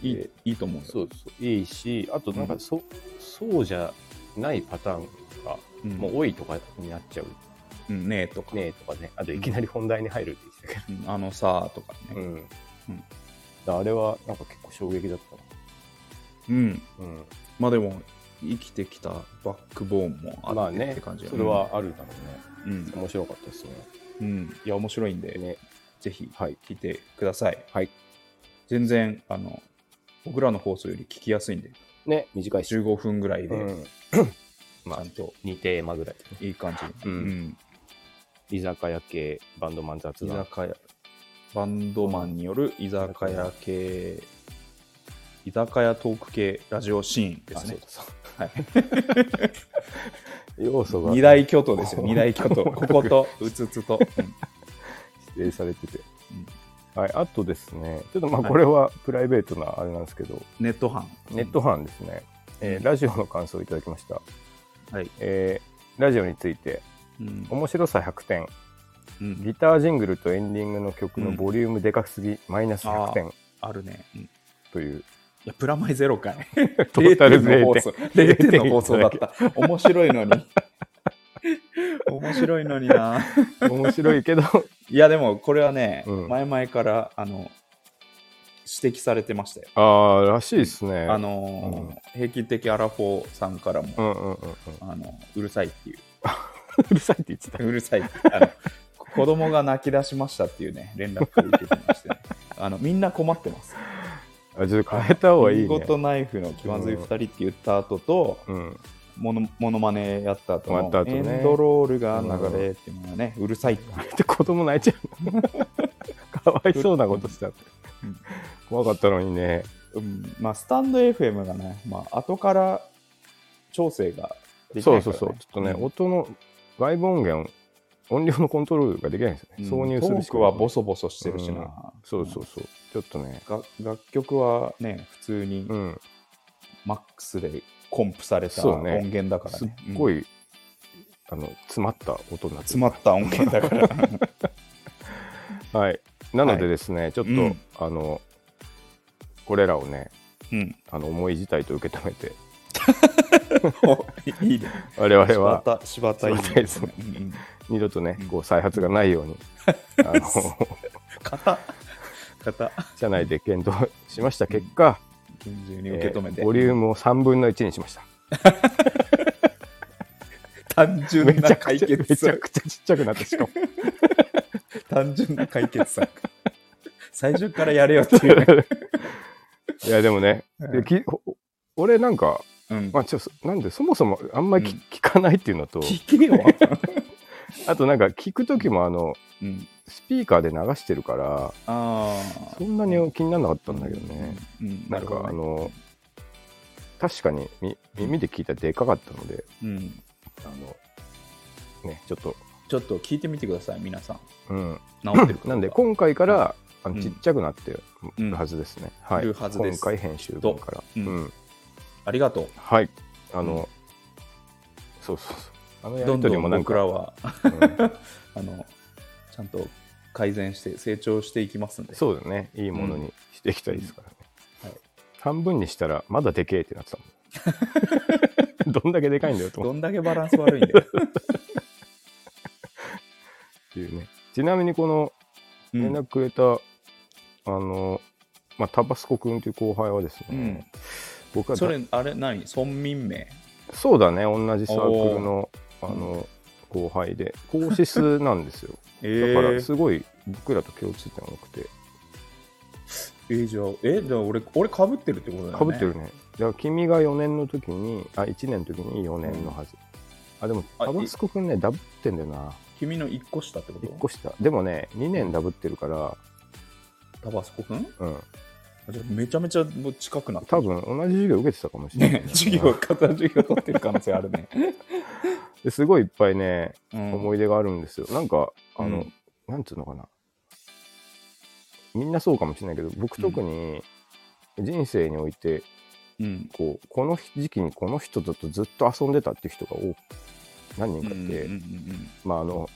Speaker 1: いい
Speaker 2: で
Speaker 1: いいと思うよ
Speaker 2: そうそう。いいし、あとなんかそ、そうじゃないパターンが、
Speaker 1: うん
Speaker 2: もう多いとかになっちゃう
Speaker 1: うんねえとか、
Speaker 2: ねえとかねあといきなり本題に入るって言って
Speaker 1: うんあのさとか
Speaker 2: たけど、
Speaker 1: ね
Speaker 2: うん
Speaker 1: うん
Speaker 2: だからあれはなんか結構衝撃だっ
Speaker 1: うん
Speaker 2: たな、うん、
Speaker 1: まあでも生きてきたバックボーンもあって,、
Speaker 2: まあね
Speaker 1: って感じだ
Speaker 2: そ
Speaker 1: よ
Speaker 2: れ
Speaker 1: ね
Speaker 2: はあるだろ
Speaker 1: うん
Speaker 2: うね、面白かったですね
Speaker 1: うん、いや面白いんで、
Speaker 2: ね
Speaker 1: ぜひ
Speaker 2: はい
Speaker 1: 聞いてください
Speaker 2: はい
Speaker 1: 全然あの僕らの放送より聞きやすいんで
Speaker 2: ね短いし、
Speaker 1: 15分ぐらいで
Speaker 2: う
Speaker 1: ち
Speaker 2: ん、ま
Speaker 1: ゃ
Speaker 2: あ
Speaker 1: んと
Speaker 2: 2テーマぐらいでね
Speaker 1: いい感じ、
Speaker 2: うん居酒屋系バンドマン雑
Speaker 1: 居
Speaker 2: 談
Speaker 1: 酒屋バンドマンによる居酒屋系居酒屋トーク系ラジオシーンですね
Speaker 2: あそう
Speaker 1: はい、
Speaker 2: 要素が
Speaker 1: 二大巨頭ですよ
Speaker 2: こう
Speaker 1: 二大巨頭こことうつつと、うん
Speaker 2: 指定されてて、はい、あとですねちょっとまあこれはプライベートなあれなんですけど、
Speaker 1: ネット班
Speaker 2: ネット班ですね、えーラジオの感想をいただきました、
Speaker 1: はい
Speaker 2: えーラジオについて
Speaker 1: うん
Speaker 2: 面白さ100点
Speaker 1: うん
Speaker 2: ギタージングルとエンディングの曲のボリュームでかすぎ、マイナス100点
Speaker 1: あるね、うんい
Speaker 2: という
Speaker 1: やプラマイゼロかい
Speaker 2: ト
Speaker 1: 0
Speaker 2: ータ ル
Speaker 1: 点の放
Speaker 2: 0点
Speaker 1: 送0点の放送だった面白いの に面白いのにな
Speaker 2: 面白いけど
Speaker 1: いやでもこれはね、
Speaker 2: うん
Speaker 1: 前々からあの指摘されてましたよ、
Speaker 2: ああらしいですね
Speaker 1: あのー平均的アラフォーさんからも、
Speaker 2: うんうんうんうん
Speaker 1: あのうるさいっていう
Speaker 2: うるさいって言ってた
Speaker 1: うるさい。あの子供が泣き出しましたっていうね、連絡を受けてまして、ね、あのみんな困ってます。
Speaker 2: あちょっと変えた方がいい
Speaker 1: 見
Speaker 2: ね
Speaker 1: 事ナイフの気まずい2人って言った後と、
Speaker 2: うん
Speaker 1: モノモノマネやった後
Speaker 2: 終わった
Speaker 1: の
Speaker 2: 後
Speaker 1: エ
Speaker 2: ね
Speaker 1: ンドロールが流れっていうのがね、うるさいって
Speaker 2: あれって子供泣いちゃう のかわいそうなことした
Speaker 1: うん
Speaker 2: 怖かったのにね
Speaker 1: うんまあ、スタンド FM がね、まあ後から調整ができな
Speaker 2: そう
Speaker 1: いから、ね、
Speaker 2: そうそうちょっとね、
Speaker 1: うん
Speaker 2: 音の外部音源音量のコントロールができないんですよね、挿入する
Speaker 1: ト
Speaker 2: し
Speaker 1: ー
Speaker 2: か
Speaker 1: ク
Speaker 2: な
Speaker 1: は
Speaker 2: い
Speaker 1: ボソボソしてるしな、
Speaker 2: うんそうそうそうちょっとね
Speaker 1: が楽曲はね、普通に
Speaker 2: うん
Speaker 1: マックスでコンプされた
Speaker 2: そ
Speaker 1: 音
Speaker 2: うね
Speaker 1: 源だから
Speaker 2: すっ
Speaker 1: ね。
Speaker 2: ご
Speaker 1: い
Speaker 2: い、あの詰まった音になって
Speaker 1: 詰まった音源だ から。
Speaker 2: た、はい、なのでですね、ちょっと、
Speaker 1: うん
Speaker 2: あのこれらをね
Speaker 1: うん、
Speaker 2: あの重い事態と受け止めて
Speaker 1: おいいね。
Speaker 2: 我々は
Speaker 1: 柴田、柴田いいね
Speaker 2: 柴田ですね
Speaker 1: うんうん
Speaker 2: 二度とね
Speaker 1: うん、
Speaker 2: こう再発がないように、あ の、
Speaker 1: 型、 型、
Speaker 2: 社内で検討しました結果、
Speaker 1: 厳重に受け止めて。
Speaker 2: えーボリュームを3分の1にしました。
Speaker 1: 単純
Speaker 2: めち
Speaker 1: な
Speaker 2: ゃく
Speaker 1: 解
Speaker 2: ちゃ、め
Speaker 1: 決
Speaker 2: ちゃ
Speaker 1: 策。
Speaker 2: くちゃちっちゃくなった。しかも、
Speaker 1: 単純な解決策。最初からやれよっていうね。
Speaker 2: いや、でもね、
Speaker 1: うん
Speaker 2: できお俺なんか、
Speaker 1: うん
Speaker 2: まあ、ちょっと、なんで、そもそもあんまり聞,、
Speaker 1: うん
Speaker 2: 聞かないっていうのと、
Speaker 1: 聞けよ。
Speaker 2: あとなんか聞くときも、あの、
Speaker 1: うん。
Speaker 2: スピーカーで流してるから、
Speaker 1: ああ。
Speaker 2: そんなに気にならなかったんだけどね。
Speaker 1: うん。
Speaker 2: なんか、あの、確かにみ耳で聞いたらでかかったので、
Speaker 1: うん。
Speaker 2: あの、ね、ちょっと、
Speaker 1: ちょっと聞いてみてください、皆 さん。
Speaker 2: うん、
Speaker 1: 治ってるかどうか
Speaker 2: なんで今回から、あ
Speaker 1: うん
Speaker 2: のちっちゃくなって
Speaker 1: うん
Speaker 2: るはずですね。はい。
Speaker 1: るはずです
Speaker 2: 今回編集分から。
Speaker 1: とうん
Speaker 2: うん
Speaker 1: ありがとう。
Speaker 2: はい。あの、そうそうそう。あのや
Speaker 1: ど
Speaker 2: り
Speaker 1: ん
Speaker 2: とり
Speaker 1: ど
Speaker 2: も
Speaker 1: ん
Speaker 2: なん
Speaker 1: 僕
Speaker 2: か、
Speaker 1: らは、あの、ちゃんと改善して、成長していきますん
Speaker 2: うん
Speaker 1: で。
Speaker 2: そうだね。いいものにしていきたいですからね。
Speaker 1: うんはい
Speaker 2: 半分にしたら、まだでけえってなってた もん。どんだけでかいんだよと思
Speaker 1: ど
Speaker 2: っ
Speaker 1: んだけバランス悪いんだ よ。
Speaker 2: ていうね。ちなみにこの
Speaker 1: うん
Speaker 2: 連絡くれた、あの、まあ、タバスコ君という後輩はですね、
Speaker 1: うん
Speaker 2: 僕は
Speaker 1: それ、あれ、何村民名
Speaker 2: そうだね、同じサークルのあ
Speaker 1: ー
Speaker 2: の後輩で、高シスなんで すよ。
Speaker 1: え
Speaker 2: だか
Speaker 1: ー
Speaker 2: ら、すごい僕らと共通点多くて、
Speaker 1: えーじゃあ、え、じゃあ俺、俺かぶってるってことだよね。
Speaker 2: かぶってるね。だから、君が4年の時に、あ、1年の時に4年のはず。あ、でも、
Speaker 1: あ
Speaker 2: タバスコ君ね、ダブってんだよな。
Speaker 1: 君の1個下ってこと
Speaker 2: 1個下。でもね、2年ダブってるから、
Speaker 1: タバスコくん
Speaker 2: うん。
Speaker 1: じゃあめちゃめちゃもう近くなった。
Speaker 2: 多分、同じ授業受けてたかもしれな
Speaker 1: ね
Speaker 2: いな。、
Speaker 1: 授業、片授業取ってる可能性あるね。
Speaker 2: ですごいいっぱいね、
Speaker 1: うん
Speaker 2: 思い出があるんですよ。なんか、あ
Speaker 1: う
Speaker 2: の、
Speaker 1: ん
Speaker 2: なんつうのかな。みんなそうかもしれないけど、僕特に人生において、
Speaker 1: うん。
Speaker 2: こう、この時期にこの人だとずっと遊んでたっていう人が多く、何人かいて、
Speaker 1: うんうん
Speaker 2: まああの、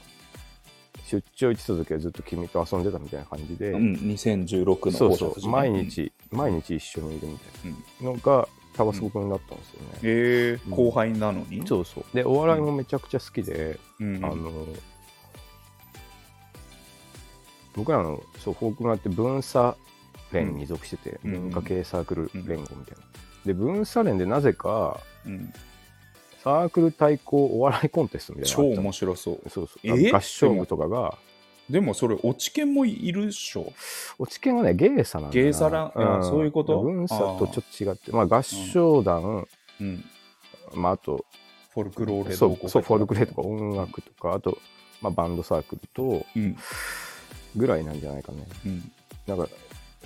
Speaker 2: 出張行ってた時はずっと君と遊んでたみたいな感じで、
Speaker 1: うんうん、2016の
Speaker 2: そうそう、
Speaker 1: 放射線
Speaker 2: 毎。日、毎日一緒にいるみたいなのが、タバスコ君だったんですよね。
Speaker 1: え
Speaker 2: う
Speaker 1: ー、
Speaker 2: ん
Speaker 1: 後輩なのに、
Speaker 2: そうそう。で、お笑いもめちゃくちゃ好きで、
Speaker 1: うん
Speaker 2: あの僕らのそうフォークマンって文化連に属してて、
Speaker 1: うん
Speaker 2: 文化系サークル連合みたいな。で文化連でなぜか
Speaker 1: うん
Speaker 2: サークル対抗お笑いコンテストみたいな
Speaker 1: 超
Speaker 2: のがあった
Speaker 1: 面白そう。
Speaker 2: そうそう、
Speaker 1: え
Speaker 2: 合唱部とかが
Speaker 1: でもそれ、落ち犬もいるっしょ。
Speaker 2: 落ち研はね芸さなんだな
Speaker 1: 芸さらあそういうこと
Speaker 2: 文化とちょっと違ってまあ合唱団、
Speaker 1: うん。
Speaker 2: まあ、あと
Speaker 1: フォルクローレ
Speaker 2: そ
Speaker 1: 同好
Speaker 2: う
Speaker 1: 会
Speaker 2: そうフォルクレとか音楽とかあと、まあ、バンドサークルと
Speaker 1: うん。
Speaker 2: ぐらいなんじゃないかね
Speaker 1: うん。
Speaker 2: なんか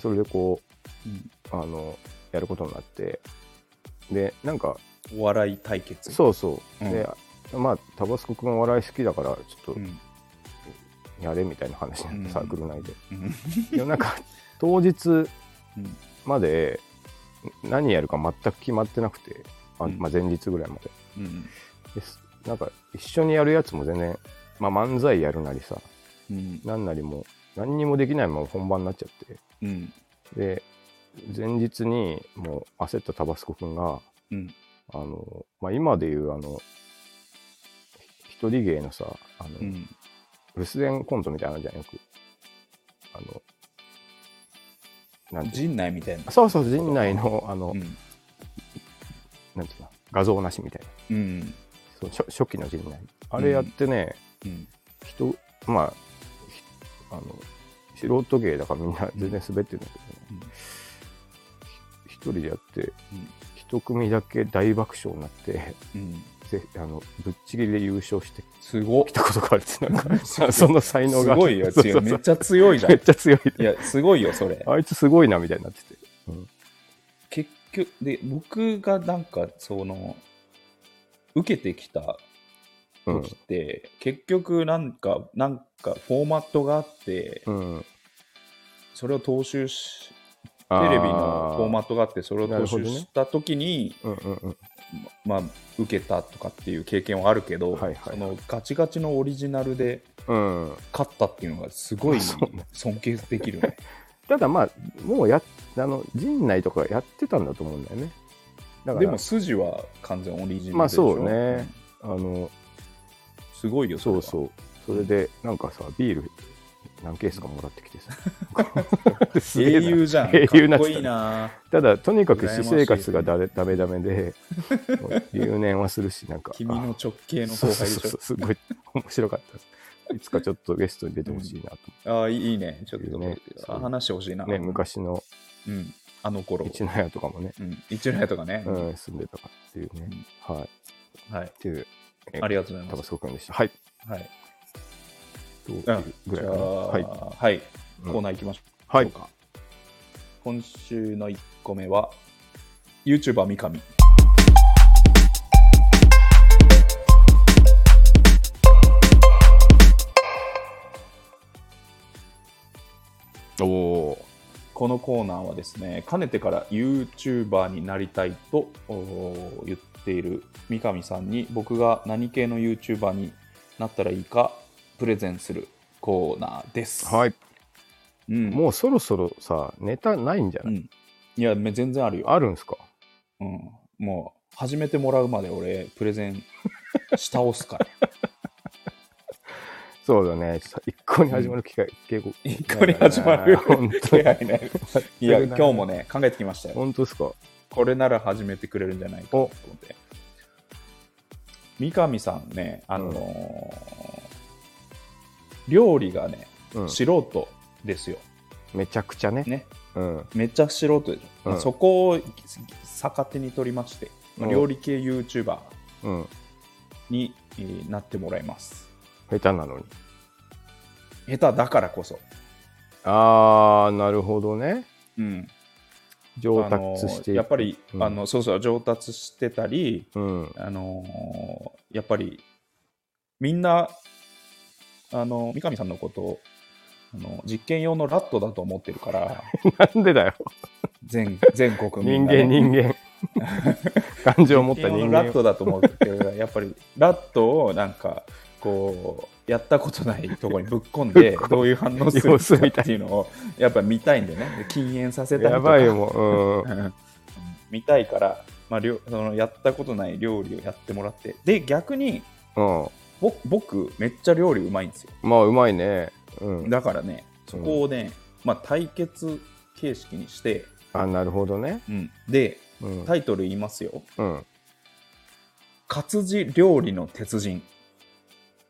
Speaker 2: それでこう
Speaker 1: うん
Speaker 2: あのやることになってでなんか
Speaker 1: お笑い対決。
Speaker 2: そうそう、
Speaker 1: うん
Speaker 2: でまあタバスコ君お笑い好きだからちょっ
Speaker 1: うん。
Speaker 2: とやれみたいな話になって、
Speaker 1: うん
Speaker 2: サークル内で
Speaker 1: うん。
Speaker 2: でもなんか当日
Speaker 1: うん
Speaker 2: まで何やるか全く決まってなくてあ、
Speaker 1: うん
Speaker 2: まあ、前日ぐらいまで
Speaker 1: うん。
Speaker 2: ですなんか一緒にやるやつも全然、まあ、漫才やるなりさ
Speaker 1: うん。
Speaker 2: なんなりも何にもできないまま本番になっちゃって
Speaker 1: うん。
Speaker 2: で前日にもう焦ったタバスコ君が
Speaker 1: うん。
Speaker 2: あの、まあ、今でいう、あの、ひ一人芸のさ、あの、
Speaker 1: うん。
Speaker 2: 留守電コントみたいなのあるじゃん、よく。あの、なんていう
Speaker 1: 陣内みたいな
Speaker 2: あ。そうそう、陣内の、あの、
Speaker 1: うん。
Speaker 2: なんていうの、画像なしみたいな。
Speaker 1: うん。
Speaker 2: そう初初期の陣内。あれやってね、
Speaker 1: うん。
Speaker 2: 人、まあ、ひあの、素人芸だからみんな全然滑ってるんだけどね。
Speaker 1: うん
Speaker 2: ひ一人でやって、
Speaker 1: うん
Speaker 2: 一組だけ大爆笑になって、
Speaker 1: うん。
Speaker 2: ぜあのぶっちぎりで優勝して
Speaker 1: すごっ
Speaker 2: 来。たことがあるってなんか その才能が
Speaker 1: すごいよ。
Speaker 2: そうそ
Speaker 1: 強
Speaker 2: う
Speaker 1: い
Speaker 2: そう
Speaker 1: めっちゃ強いじゃん。
Speaker 2: めっ
Speaker 1: い
Speaker 2: ちゃ強い
Speaker 1: や、すごいよ、それ。
Speaker 2: あいつすごいなみたいになってて
Speaker 1: 結局で僕がなんかその受けてきた
Speaker 2: うん
Speaker 1: 時って、結局なんかなんかフォーマットがあって、
Speaker 2: うん
Speaker 1: それを踏襲しテレビのフォーマットがあってそれを踏
Speaker 2: なるほ
Speaker 1: 襲
Speaker 2: どね
Speaker 1: した時に、
Speaker 2: うんうんうん
Speaker 1: ままあ受けたとかっていう経験はあるけど、
Speaker 2: はいはい
Speaker 1: そのガチガチのオリジナルで
Speaker 2: うん
Speaker 1: 勝ったっていうのがすごい
Speaker 2: そうね
Speaker 1: 尊敬できるね。
Speaker 2: ただまあもうやあの陣内とかやってたんだと思うんだよねだから
Speaker 1: でも筋は完全オリジナルでしょ
Speaker 2: まあそうねあの
Speaker 1: うんすごいよ
Speaker 2: そう
Speaker 1: う
Speaker 2: そうそれでなんかさビール何ケースかもらってきてさ すげえ
Speaker 1: 英
Speaker 2: な
Speaker 1: 雄じゃん
Speaker 2: 英雄
Speaker 1: か
Speaker 2: な
Speaker 1: っ
Speaker 2: っ
Speaker 1: こ
Speaker 2: つったね
Speaker 1: いいな
Speaker 2: ただとにかく私生活がだれダメダメで もう留年はするしなんか
Speaker 1: 君の直系の
Speaker 2: そう
Speaker 1: 後
Speaker 2: そ
Speaker 1: 輩
Speaker 2: う
Speaker 1: でし
Speaker 2: そう
Speaker 1: ょ
Speaker 2: すごい面白かったですいつかちょっとゲストに出てほしいなと思
Speaker 1: ああいいねちょっと
Speaker 2: ね
Speaker 1: あ話してほしいな、
Speaker 2: って、ね、昔の
Speaker 1: うん、あの頃
Speaker 2: 一の屋とかもね、
Speaker 1: うん、一の屋とかね、
Speaker 2: うん、住んでたかっていうね、はいっ
Speaker 1: はい
Speaker 2: ていうえ
Speaker 1: ありがとうござい
Speaker 2: タ
Speaker 1: ま
Speaker 2: バ
Speaker 1: す
Speaker 2: スコ君でしたはい
Speaker 1: はい
Speaker 2: という
Speaker 1: あ
Speaker 2: ぐ
Speaker 1: じ
Speaker 2: らい
Speaker 1: ゃ
Speaker 2: か
Speaker 1: あ
Speaker 2: なはい
Speaker 1: はい、
Speaker 2: うん
Speaker 1: コーナー行きましょう
Speaker 2: はい
Speaker 1: そうか今週の1個目は YouTuber 三上
Speaker 2: おお
Speaker 1: このコーナーはですねかねてから YouTuber になりたいとおー言っている三上さんに僕が何系の YouTuber になったらいいかプレゼンするコーナーです、
Speaker 2: ーはい
Speaker 1: うん、
Speaker 2: もうそろそろさネタないんじゃ
Speaker 1: う
Speaker 2: ない、
Speaker 1: ん、いやめ全然あるよ
Speaker 2: あるんすか
Speaker 1: うん、もう始めてもらうまで俺プレゼンし倒すから
Speaker 2: そうだねさ一向に始まる機会、結構
Speaker 1: 一個に始まる
Speaker 2: 本当
Speaker 1: 気
Speaker 2: に
Speaker 1: 配ないいや今日もね考えてきましたよ
Speaker 2: 本当ですか
Speaker 1: これなら始めてくれるんじゃないかと思って三上さんねあのー料理がね
Speaker 2: うん
Speaker 1: 素人ですよ、
Speaker 2: めちゃくちゃね
Speaker 1: ね
Speaker 2: うん
Speaker 1: めっちゃ素人でしょ、
Speaker 2: うん
Speaker 1: そこを逆手に取りまして、まあ
Speaker 2: うん
Speaker 1: 料理系 YouTuber
Speaker 2: うん
Speaker 1: にえーなってもらいます
Speaker 2: 下手なのに
Speaker 1: 下手だからこそ
Speaker 2: あーなるほどね
Speaker 1: うん
Speaker 2: 上
Speaker 1: あの
Speaker 2: 達していく
Speaker 1: やっぱり、
Speaker 2: うん
Speaker 1: あのそうそう上達してたり、
Speaker 2: うん
Speaker 1: あのーやっぱりみんなあの三上さんのことをあの実験用のラットだと思ってるから
Speaker 2: なんでだよ
Speaker 1: 全全国民
Speaker 2: 人
Speaker 1: がね
Speaker 2: 間人間感情を持っ
Speaker 1: 実
Speaker 2: た
Speaker 1: 験用の
Speaker 2: 人
Speaker 1: ラッ
Speaker 2: 間
Speaker 1: トだと思ってるからやっぱりラットをなんかこうやったことないところにぶっ込ん でどういう反応する
Speaker 2: 様子見
Speaker 1: か
Speaker 2: たい
Speaker 1: っていうのをやっぱ見たいんでね禁煙させたり
Speaker 2: や
Speaker 1: とか
Speaker 2: ばいよもう、
Speaker 1: うん見たいから、まあ、料そのやったことない料理をやってもらってで逆に
Speaker 2: うん、うん、
Speaker 1: ぼ僕めっちゃ料理うまいんですよ
Speaker 2: まあうまいねうん
Speaker 1: だからねそこをね、まあ、対決形式にして、
Speaker 2: あなるほどね
Speaker 1: うんで
Speaker 2: うん、
Speaker 1: タイトル言いますよ
Speaker 2: うん、
Speaker 1: 「活字料理の鉄人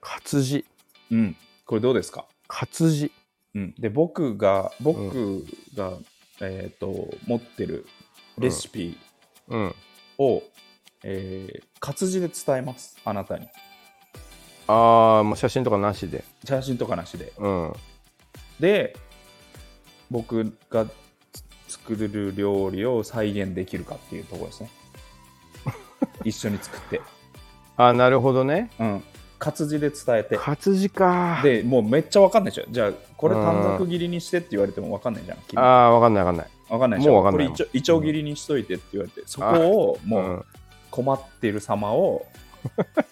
Speaker 2: 活字」
Speaker 1: うんこれどうですか、
Speaker 2: 活字
Speaker 1: うん、で僕が僕が、えー、と持ってるレシピ
Speaker 2: うん
Speaker 1: を、えー活字で伝えますあなたに
Speaker 2: ああもう写真とかなしで
Speaker 1: 写真とかなしで
Speaker 2: うん
Speaker 1: で僕が作る料理を再現できるかっていうところ ですね一緒に作って、
Speaker 2: あなるほどね
Speaker 1: うん、活字で伝えて
Speaker 2: 活字か
Speaker 1: でもうめっちゃ分かんないでしょじゃあこれ短冊切りにしてって言われても分かんないじゃん君
Speaker 2: ああわかんないわかんない
Speaker 1: 分かんないでしょ
Speaker 2: もう分かんない
Speaker 1: これいちょ切りにしといてって言われて、そこをもう困ってる様を、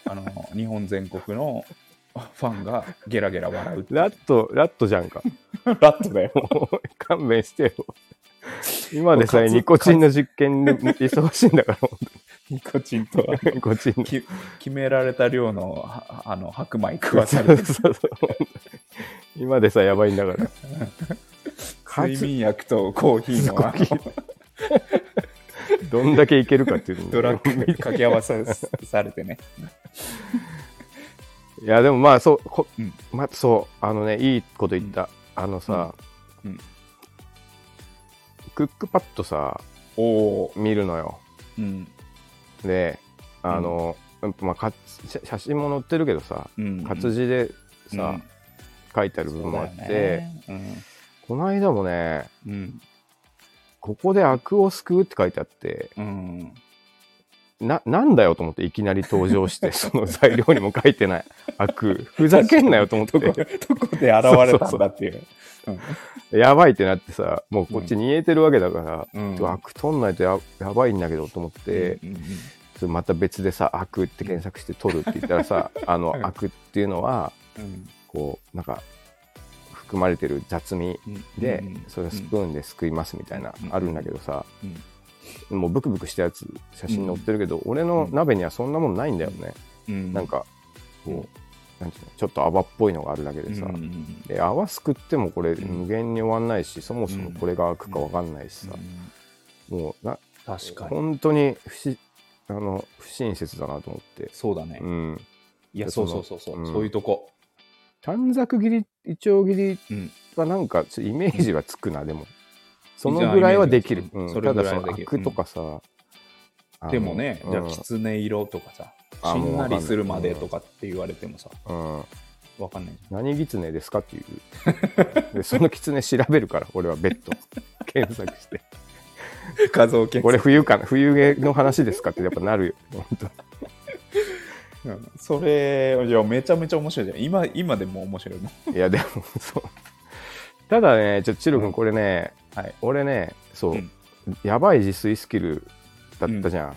Speaker 1: あの日本全国のファンがゲラゲラ笑うって
Speaker 2: ん、ラットラットじゃんか
Speaker 1: ラットだよ
Speaker 2: もう勘弁してよ今でさえニコチンの実験で忙しいんだから
Speaker 1: ニコチンとは
Speaker 2: ニコチンの
Speaker 1: き決められた量のはあの白米食わさ れて
Speaker 2: そうそう今でさえやばいんだから勝
Speaker 1: 睡
Speaker 2: つ
Speaker 1: 眠薬とコーヒーのあ の
Speaker 2: どんだけいけるかっていうの
Speaker 1: ドラッグに掛け合わさされてね
Speaker 2: いやでもまあそうこ、
Speaker 1: うん
Speaker 2: まそうあのねいいこと言った、あのさ、
Speaker 1: うんうん
Speaker 2: クックパッドさ
Speaker 1: おお
Speaker 2: 見るのよ
Speaker 1: うん
Speaker 2: であの、まあ、か写写真も載ってるけどさ
Speaker 1: うん
Speaker 2: 活字でさ、
Speaker 1: うん
Speaker 2: 書いてある部分もあって、この間もね
Speaker 1: うん
Speaker 2: 「ここで悪を救う」って書いてあって
Speaker 1: うんうん
Speaker 2: ななんだよと思っていきなり登 場してその材料にも書いてない悪ふざけんなよと思っ
Speaker 1: どこ
Speaker 2: て
Speaker 1: どこで現れたんだっていう
Speaker 2: やばいってなってさもうこっち煮えてるわけだから、
Speaker 1: うん
Speaker 2: 悪取んないとややばいんだけどと思って。
Speaker 1: うんうん
Speaker 2: それまた別でさ「悪」って検索して「取る」って言ったらさ あの
Speaker 1: うん
Speaker 2: 悪っていうのは
Speaker 1: うん
Speaker 2: こうなんか含まれてる雑味
Speaker 1: うん
Speaker 2: で
Speaker 1: うん
Speaker 2: それをスプーンですくいますみたいな
Speaker 1: うん
Speaker 2: あるんだけどさ
Speaker 1: うん
Speaker 2: もうブクブクしたやつ写真載ってるけど、俺の鍋にはそんなもんないんだよね、
Speaker 1: うん
Speaker 2: なんかこう、
Speaker 1: うん
Speaker 2: なんていうのちょっと泡っぽいのがあるだけでさ、
Speaker 1: うんうん
Speaker 2: で泡すくってもこれ
Speaker 1: ん
Speaker 2: 無限に終わんないし、そもそもこれが開くか分かんないしさ、もうな
Speaker 1: 確かに
Speaker 2: 本当に不しあの不親切だなと思って、
Speaker 1: そうだね、
Speaker 2: うん、
Speaker 1: いや
Speaker 2: そ
Speaker 1: そう
Speaker 2: の
Speaker 1: そうそうそう、
Speaker 2: うん
Speaker 1: そういうとこ
Speaker 2: 短冊切りイチョウ切り
Speaker 1: うん
Speaker 2: はなんかちょイメージはつくなでもそ
Speaker 1: じゃ
Speaker 2: の
Speaker 1: あ
Speaker 2: ぐらいはできる
Speaker 1: イメ、ージはつく
Speaker 2: うん
Speaker 1: それ
Speaker 2: た
Speaker 1: ぐ
Speaker 2: だ
Speaker 1: らい
Speaker 2: そ
Speaker 1: は
Speaker 2: の
Speaker 1: できる
Speaker 2: 開くとかさ、あの
Speaker 1: でもね、じゃあ
Speaker 2: うん
Speaker 1: 狐色とかさ
Speaker 2: あ
Speaker 1: し
Speaker 2: もうんわ
Speaker 1: な
Speaker 2: か
Speaker 1: ん
Speaker 2: ない
Speaker 1: りするまでとかって言われてもさ
Speaker 2: うん、
Speaker 1: わかんないじ
Speaker 2: 何狐ですかっていうでその狐調べるから俺は別途検 索して
Speaker 1: ゃん画像検
Speaker 2: これ冬かな冬毛の話ですかってやっぱなるよ本当
Speaker 1: うんそれいやめちゃめちゃ面白いじゃん今今でも面白いもん
Speaker 2: いやでもそうただねちょっとチロ君これね、
Speaker 1: はい
Speaker 2: 俺ねそう、
Speaker 1: うん
Speaker 2: やばい自炊スキルだったじゃん、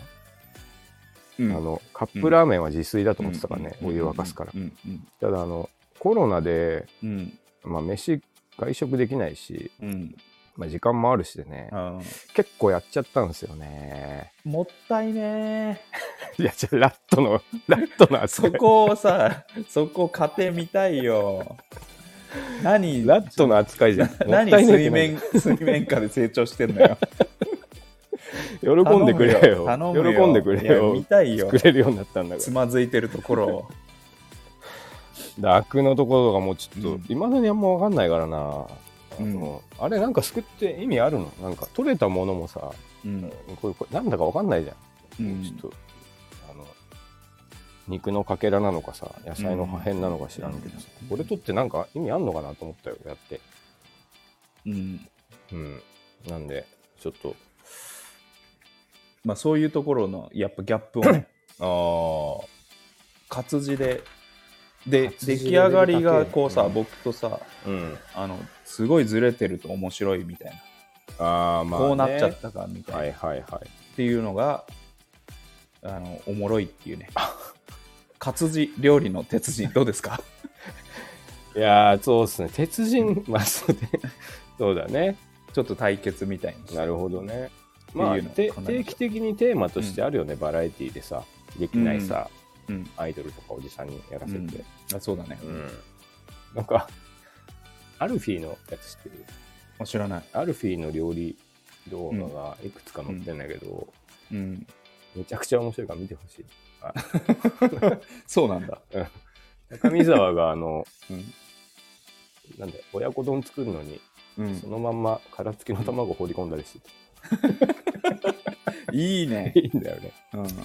Speaker 1: うん
Speaker 2: あのカップラーメンは自炊だと思ってたからね、
Speaker 1: うん
Speaker 2: お湯沸かすから、
Speaker 1: うんうん
Speaker 2: ただあのコロナで、
Speaker 1: うん
Speaker 2: まあ、飯外食できないし、
Speaker 1: うんうん
Speaker 2: まあ、時間もあるしでね
Speaker 1: あ
Speaker 2: 結構やっちゃったんですよね
Speaker 1: ーもったいね
Speaker 2: いやじゃあラットのラットの
Speaker 1: ーそ
Speaker 2: 扱い
Speaker 1: こを さそこ買ってみたいよ何
Speaker 2: ラットの扱いじゃん もっ
Speaker 1: 何
Speaker 2: たいねえ
Speaker 1: 水
Speaker 2: って
Speaker 1: 面水面下で成長してんのよ
Speaker 2: 喜んでくれ
Speaker 1: 頼むよ
Speaker 2: よ
Speaker 1: 頼むよ
Speaker 2: 喜んでくれ
Speaker 1: いや
Speaker 2: よ
Speaker 1: 見たいよ
Speaker 2: くれるようになったんだから
Speaker 1: つまずいてるところを
Speaker 2: 楽のところがもうちょっ
Speaker 1: う
Speaker 2: と
Speaker 1: ん
Speaker 2: いま、未だにあんま分かんないからなあの、あれなんか救って意味あるのなんか取れたものもさ
Speaker 1: うん
Speaker 2: これこれなんだか分かんないじゃん、
Speaker 1: うん
Speaker 2: ちょっとあの肉のかけらなのかさ野菜の破片なのか知らんけどさ、
Speaker 1: うん
Speaker 2: これ取ってなんか意味あんのかなと思ったよやって
Speaker 1: うん
Speaker 2: うんなんでちょっと
Speaker 1: まあそういうところのやっぱギャップを ね
Speaker 2: あ
Speaker 1: 活字でで
Speaker 2: 活字で
Speaker 1: 出来上がりがこうさ、
Speaker 2: うん
Speaker 1: 僕とさ
Speaker 2: あうん
Speaker 1: あのすごいずれてると面白いみたいな、
Speaker 2: ああまあ、ね、
Speaker 1: こうなっちゃったかみたいな、
Speaker 2: はいはいはい
Speaker 1: っていうのがあのおもろいっていうね 活字料理の鉄 人どうですか
Speaker 2: いやーそうですね鉄人まあそう でそうだね
Speaker 1: ちょっと対決みたいに
Speaker 2: なるほどね。
Speaker 1: ていうの
Speaker 2: ま
Speaker 1: を考
Speaker 2: あ、て
Speaker 1: えましょう
Speaker 2: 定期的にテーマとしてあるよね、バラエティーでさ、できないさ、
Speaker 1: うん
Speaker 2: アイドルとかおじさんにやらせて。
Speaker 1: うんあそうだね、
Speaker 2: うんなんか、アルフィーのやつ知ってる
Speaker 1: あ知らない、
Speaker 2: アルフィーの料理動画がいくつか載ってんだけど、
Speaker 1: うん、
Speaker 2: めちゃくちゃ面白いから見てほしい。
Speaker 1: そうなんだ、
Speaker 2: 高見沢が、あの、
Speaker 1: うん
Speaker 2: なんだよ親子丼作るのに、
Speaker 1: うん
Speaker 2: そ、のまんま殻付きの卵放り込んだりして
Speaker 1: いい ね
Speaker 2: て、、いいんだよね。
Speaker 1: うん、い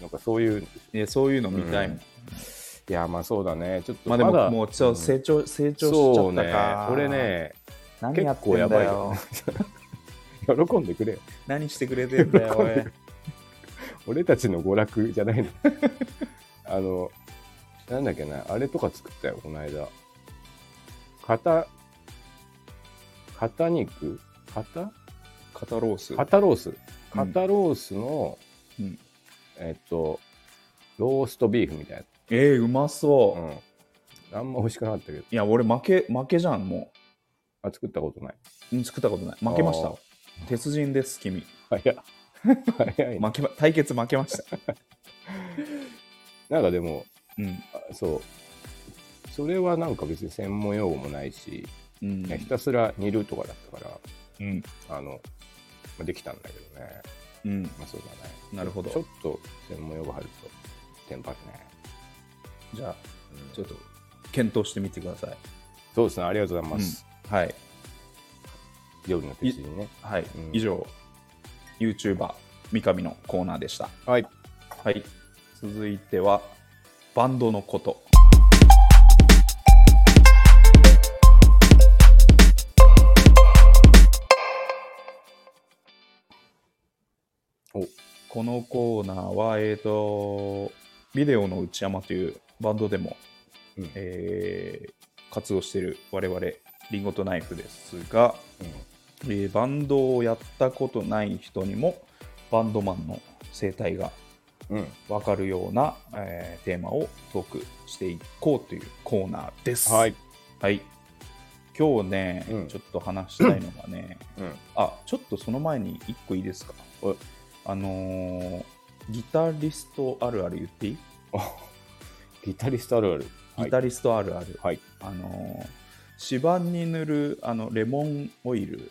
Speaker 2: なんかそういう、
Speaker 1: やそういうの見たいもん、
Speaker 2: うんいや、まあそうだね。ちょっと
Speaker 1: まあでも
Speaker 2: だ
Speaker 1: もうちょっと成長、成長しちゃ
Speaker 2: そう
Speaker 1: った
Speaker 2: ね
Speaker 1: か。
Speaker 2: これね
Speaker 1: 何や
Speaker 2: 結
Speaker 1: ってん
Speaker 2: 構
Speaker 1: だ
Speaker 2: や
Speaker 1: よ
Speaker 2: ばいよ喜んでくれよ
Speaker 1: 何してくれてんだよ、俺。
Speaker 2: 俺たちの娯楽じゃないの あのなんだっけなあれとか作ったよこの間肩肩肉肩
Speaker 1: 肩ロース。
Speaker 2: 肩ロース肩ロースの、
Speaker 1: うん
Speaker 2: えっとローストビーフみたい
Speaker 1: えー、うまそう
Speaker 2: な、。うん、あんま美味しくなかったけど
Speaker 1: いや、俺負け、負けじゃん、も。
Speaker 2: あ作ったことないう
Speaker 1: うん作ったことない。負けまし
Speaker 2: あ
Speaker 1: た。鉄人です、君。
Speaker 2: 早っ早いな
Speaker 1: 負 けま、対決負けました。
Speaker 2: なんかでも
Speaker 1: うん。
Speaker 2: あそうそれはなんか別に専門用語もないし、
Speaker 1: うん
Speaker 2: いやひたすら煮るとかだったか
Speaker 1: うん。
Speaker 2: らあの、まあ、できたんだけどね
Speaker 1: うん。
Speaker 2: まあそうだね
Speaker 1: なるほど
Speaker 2: ちょっと専門用語入るとテンパるね、
Speaker 1: じゃあ、
Speaker 2: うん
Speaker 1: ちょっと、検討してみてください。
Speaker 2: そうですねありがとうございます、
Speaker 1: はい。
Speaker 2: 料理の手にね
Speaker 1: はい
Speaker 2: ん。
Speaker 1: 以上、YouTuber、三上のコーナーでした。
Speaker 2: はい
Speaker 1: はい。続いては、バンドのこと。
Speaker 2: お
Speaker 1: このコーナーは、えー、とビデオの内山というバンドでも、
Speaker 2: うん
Speaker 1: えー活動している我々リンゴとナイフですが、えーバンドをやったことない人にもバンドマンの生態が
Speaker 2: うん、うん
Speaker 1: 分かるような、えーテーマをトークしていこうというコーナーです。
Speaker 2: はい、
Speaker 1: はい今日ね、
Speaker 2: うん
Speaker 1: ちょっと話したいのがね、
Speaker 2: うん
Speaker 1: あちょっとその前に1個いいですか、
Speaker 2: おい
Speaker 1: あのーギタリストあるある言っていい、
Speaker 2: あギタリストあるある。はい
Speaker 1: ギタリストあるある、
Speaker 2: はい。
Speaker 1: あのー指板に塗るあのレモンオイル、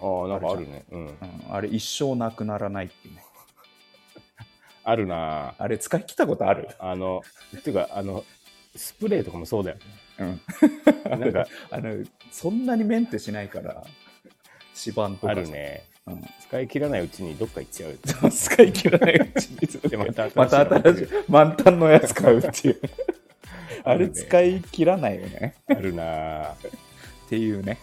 Speaker 2: ああ、なんかあるね。うん
Speaker 1: う。んあれ一生なくならないっていうね
Speaker 2: あるな
Speaker 1: あれ使い切ったことある、
Speaker 2: あの、っていうか、あの、スプレーとかもそうだよね。
Speaker 1: うん、
Speaker 2: なんか、
Speaker 1: あのそんなにメンテしないから指板とか
Speaker 2: あるね。
Speaker 1: うん
Speaker 2: 使い切らないうちにどっか行っちゃう。
Speaker 1: 使い切らな いうちに
Speaker 2: でまた新しいの
Speaker 1: また 新しい満タンのやつ買うっていうあれ使い切らないよね
Speaker 2: あるな
Speaker 1: っていうね、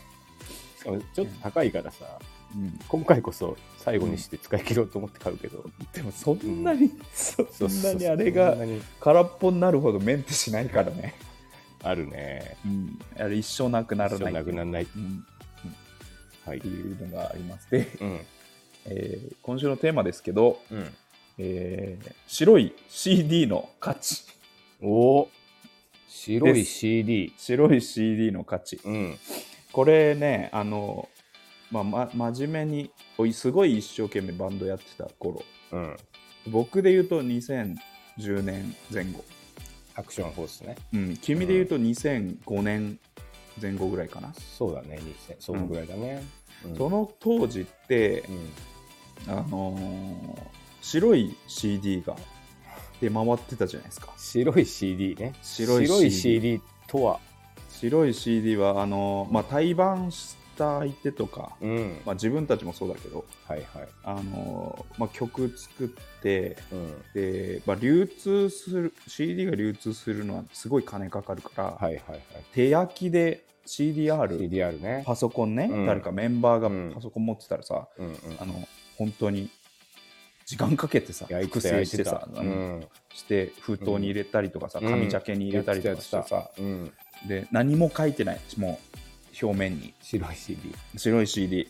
Speaker 2: しかもちょっと高いからさ、
Speaker 1: うん、
Speaker 2: 今回こそ最後にして使い切ろうと思って買うけど、
Speaker 1: でもそんなに、そ
Speaker 2: そう
Speaker 1: そん
Speaker 2: そ
Speaker 1: な
Speaker 2: うそう
Speaker 1: にあれ
Speaker 2: そ
Speaker 1: が
Speaker 2: んなに
Speaker 1: 空っぽになるほどメンテしないからね、
Speaker 2: あるね。
Speaker 1: うん、あれ一生なくなら
Speaker 2: そ
Speaker 1: な
Speaker 2: う
Speaker 1: い
Speaker 2: なくならない。
Speaker 1: うん、
Speaker 2: はい
Speaker 1: って。いうのがありまして、
Speaker 2: うん。
Speaker 1: えー今週のテーマですけど、
Speaker 2: うん。
Speaker 1: えー白い CD の価値
Speaker 2: おお白
Speaker 1: で
Speaker 2: い
Speaker 1: す
Speaker 2: CD。
Speaker 1: 白い CD の価値
Speaker 2: うん。
Speaker 1: これねあの、まあ、ま真面目においすごい一生懸命バンドやってた頃
Speaker 2: うん。
Speaker 1: 僕で言うと2010年前後、
Speaker 2: アクションフォースね。
Speaker 1: うん、君で言うと2005年前後ぐらいかな、
Speaker 2: そうだね、2000。そのぐらいだね。うん
Speaker 1: その当時って
Speaker 2: う、ん。
Speaker 1: あのー白い CD が出回ってたじゃないですか
Speaker 2: 白い CD ね。
Speaker 1: 白い CD
Speaker 2: 白い CD とは。
Speaker 1: 白い CD はあのーまあ、対バンした相手とか、
Speaker 2: うん。
Speaker 1: まあ、自分たちもそうだけど、
Speaker 2: はいはい。
Speaker 1: あのーまあ、曲作って
Speaker 2: うん。
Speaker 1: で、まあ、流通する CD が流通するのはすごい金かかるから、
Speaker 2: はいはい
Speaker 1: 手焼きで
Speaker 2: はい。
Speaker 1: CDR
Speaker 2: CDR ね。
Speaker 1: パソコンね、
Speaker 2: うん
Speaker 1: 誰かメンバ
Speaker 2: う
Speaker 1: ー
Speaker 2: ん
Speaker 1: がパソコン持ってたらさ、
Speaker 2: うんうん。
Speaker 1: あの本当に時間かけてさ
Speaker 2: 焼い
Speaker 1: 複
Speaker 2: てた
Speaker 1: 製
Speaker 2: 焼
Speaker 1: し
Speaker 2: い
Speaker 1: て
Speaker 2: て
Speaker 1: さ
Speaker 2: た。、
Speaker 1: あ
Speaker 2: う
Speaker 1: の
Speaker 2: ん。
Speaker 1: して封筒に入れたりとかさ、
Speaker 2: うん
Speaker 1: 紙ジャケに入れたりとかして
Speaker 2: やってた
Speaker 1: さ、
Speaker 2: うん。
Speaker 1: で何も書いてないもう表面に
Speaker 2: 白い CD。
Speaker 1: 白い CD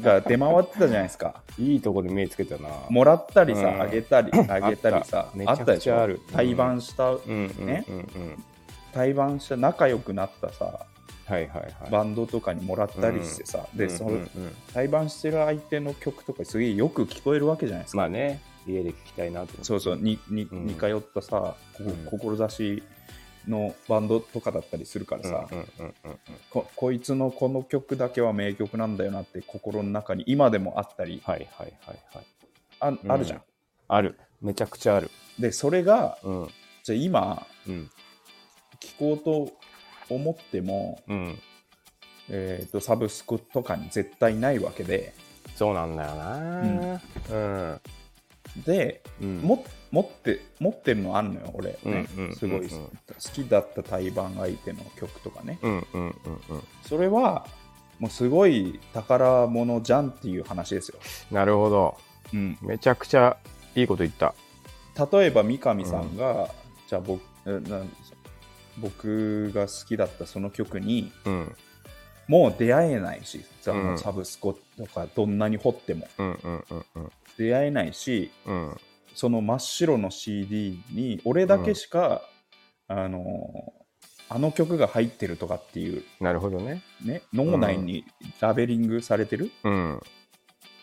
Speaker 1: が出回ってたじゃないです か
Speaker 2: いいとこで目つけたな。
Speaker 1: もらったりさ、
Speaker 2: うん
Speaker 1: あげたりあげたりさ
Speaker 2: あっためち
Speaker 1: あ
Speaker 2: ゃ
Speaker 1: った
Speaker 2: く
Speaker 1: でし
Speaker 2: ちゃ
Speaker 1: ょ
Speaker 2: あるうん
Speaker 1: 対バンした、
Speaker 2: うんうん
Speaker 1: ね
Speaker 2: うんうん。
Speaker 1: 対バンした仲良くなったさ
Speaker 2: はいはいはい。
Speaker 1: バンドとかにもらったりしてさ、で、
Speaker 2: うん
Speaker 1: そ
Speaker 2: うんう
Speaker 1: の
Speaker 2: ん
Speaker 1: 対バンしてる相手の曲とかすげえよく聞こえるわけじゃないですか、
Speaker 2: まあね、家で聞きたいなと思って。
Speaker 1: そうそうにに、
Speaker 2: うん
Speaker 1: 似通ったさこ
Speaker 2: うん
Speaker 1: 志のバンドとかだったりするからさ、
Speaker 2: うんうんうんうんうん。
Speaker 1: ここいつのこの曲だけは名曲なんだよなって心の中に今でもあったり
Speaker 2: はいはいはいはい。
Speaker 1: あ
Speaker 2: うん
Speaker 1: あるじゃん、
Speaker 2: ある。めちゃくちゃある。
Speaker 1: でそれが
Speaker 2: うん
Speaker 1: じゃあ今
Speaker 2: うん
Speaker 1: 聴こうと思っても、
Speaker 2: うん。
Speaker 1: えー、とサブスクとかに絶対ないわけで
Speaker 2: そうなんだよな。うん
Speaker 1: で、
Speaker 2: うん。
Speaker 1: も持って持ってるのあんのよ俺、ね
Speaker 2: うんうん
Speaker 1: すごい
Speaker 2: うんうん
Speaker 1: 好きだった対バン相手の曲とかね
Speaker 2: うんうんうんうん。
Speaker 1: それはもうすごい宝物じゃんっていう話ですよ、
Speaker 2: なるほど。
Speaker 1: うん、
Speaker 2: めちゃくちゃいいこと言った。
Speaker 1: 例えば三上さんが、じゃあ僕えな僕が好きだったその曲に
Speaker 2: うん
Speaker 1: もう出会えないしさ
Speaker 2: うん
Speaker 1: もうサブスコとかどんなに掘っても
Speaker 2: うんうんうんうん
Speaker 1: 出会えないし
Speaker 2: うん。
Speaker 1: その真っ白の CD に俺だけしか、あのあの曲が入ってるとかっていう、
Speaker 2: なるほどね。
Speaker 1: ね、脳内にラベリングされてる、
Speaker 2: うん。は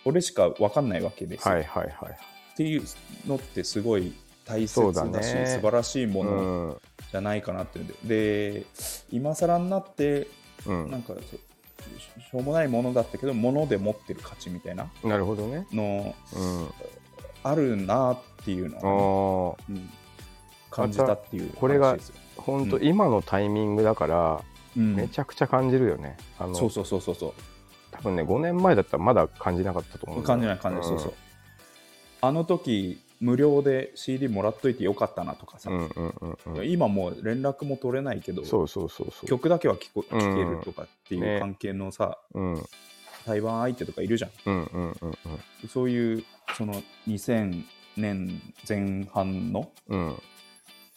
Speaker 1: 俺しか分かんないわけです
Speaker 2: い
Speaker 1: よ、
Speaker 2: はいはい。
Speaker 1: っていうのってすごい大切
Speaker 2: そうだ
Speaker 1: だし
Speaker 2: ね
Speaker 1: 素晴らしいも
Speaker 2: う
Speaker 1: の
Speaker 2: ん
Speaker 1: じゃないかなっていうんでで今更になって
Speaker 2: う
Speaker 1: なん
Speaker 2: ん。
Speaker 1: かそししょうもないものだったけど物で持ってる価値みたいな
Speaker 2: なるほどね。
Speaker 1: の
Speaker 2: うん。
Speaker 1: あるなっていうの
Speaker 2: あ
Speaker 1: をね、う
Speaker 2: あ。
Speaker 1: ん感じたっていう
Speaker 2: これが
Speaker 1: 話ですよ、
Speaker 2: 本当、
Speaker 1: う
Speaker 2: 今のタイミングだから
Speaker 1: うん
Speaker 2: めちゃくちゃ感じるよね、あの
Speaker 1: そうそうそうそうそ
Speaker 2: 多分ね5年前だったらまだ感じなかったと思う
Speaker 1: うん
Speaker 2: だよ
Speaker 1: 感じない感じない、そうそうあの時無料で CD もらっといてよかったなとかさ、
Speaker 2: うんうんうんうんうん
Speaker 1: 今もう連絡も取れないけど
Speaker 2: そうそうそうそう
Speaker 1: 曲だけは聴こ
Speaker 2: うん
Speaker 1: 聴けるとかっていう
Speaker 2: ね
Speaker 1: 関係のさ、
Speaker 2: うんうん
Speaker 1: 台湾相手とかいるじゃん
Speaker 2: うんうんうん
Speaker 1: そういうその2000年前半の、
Speaker 2: うん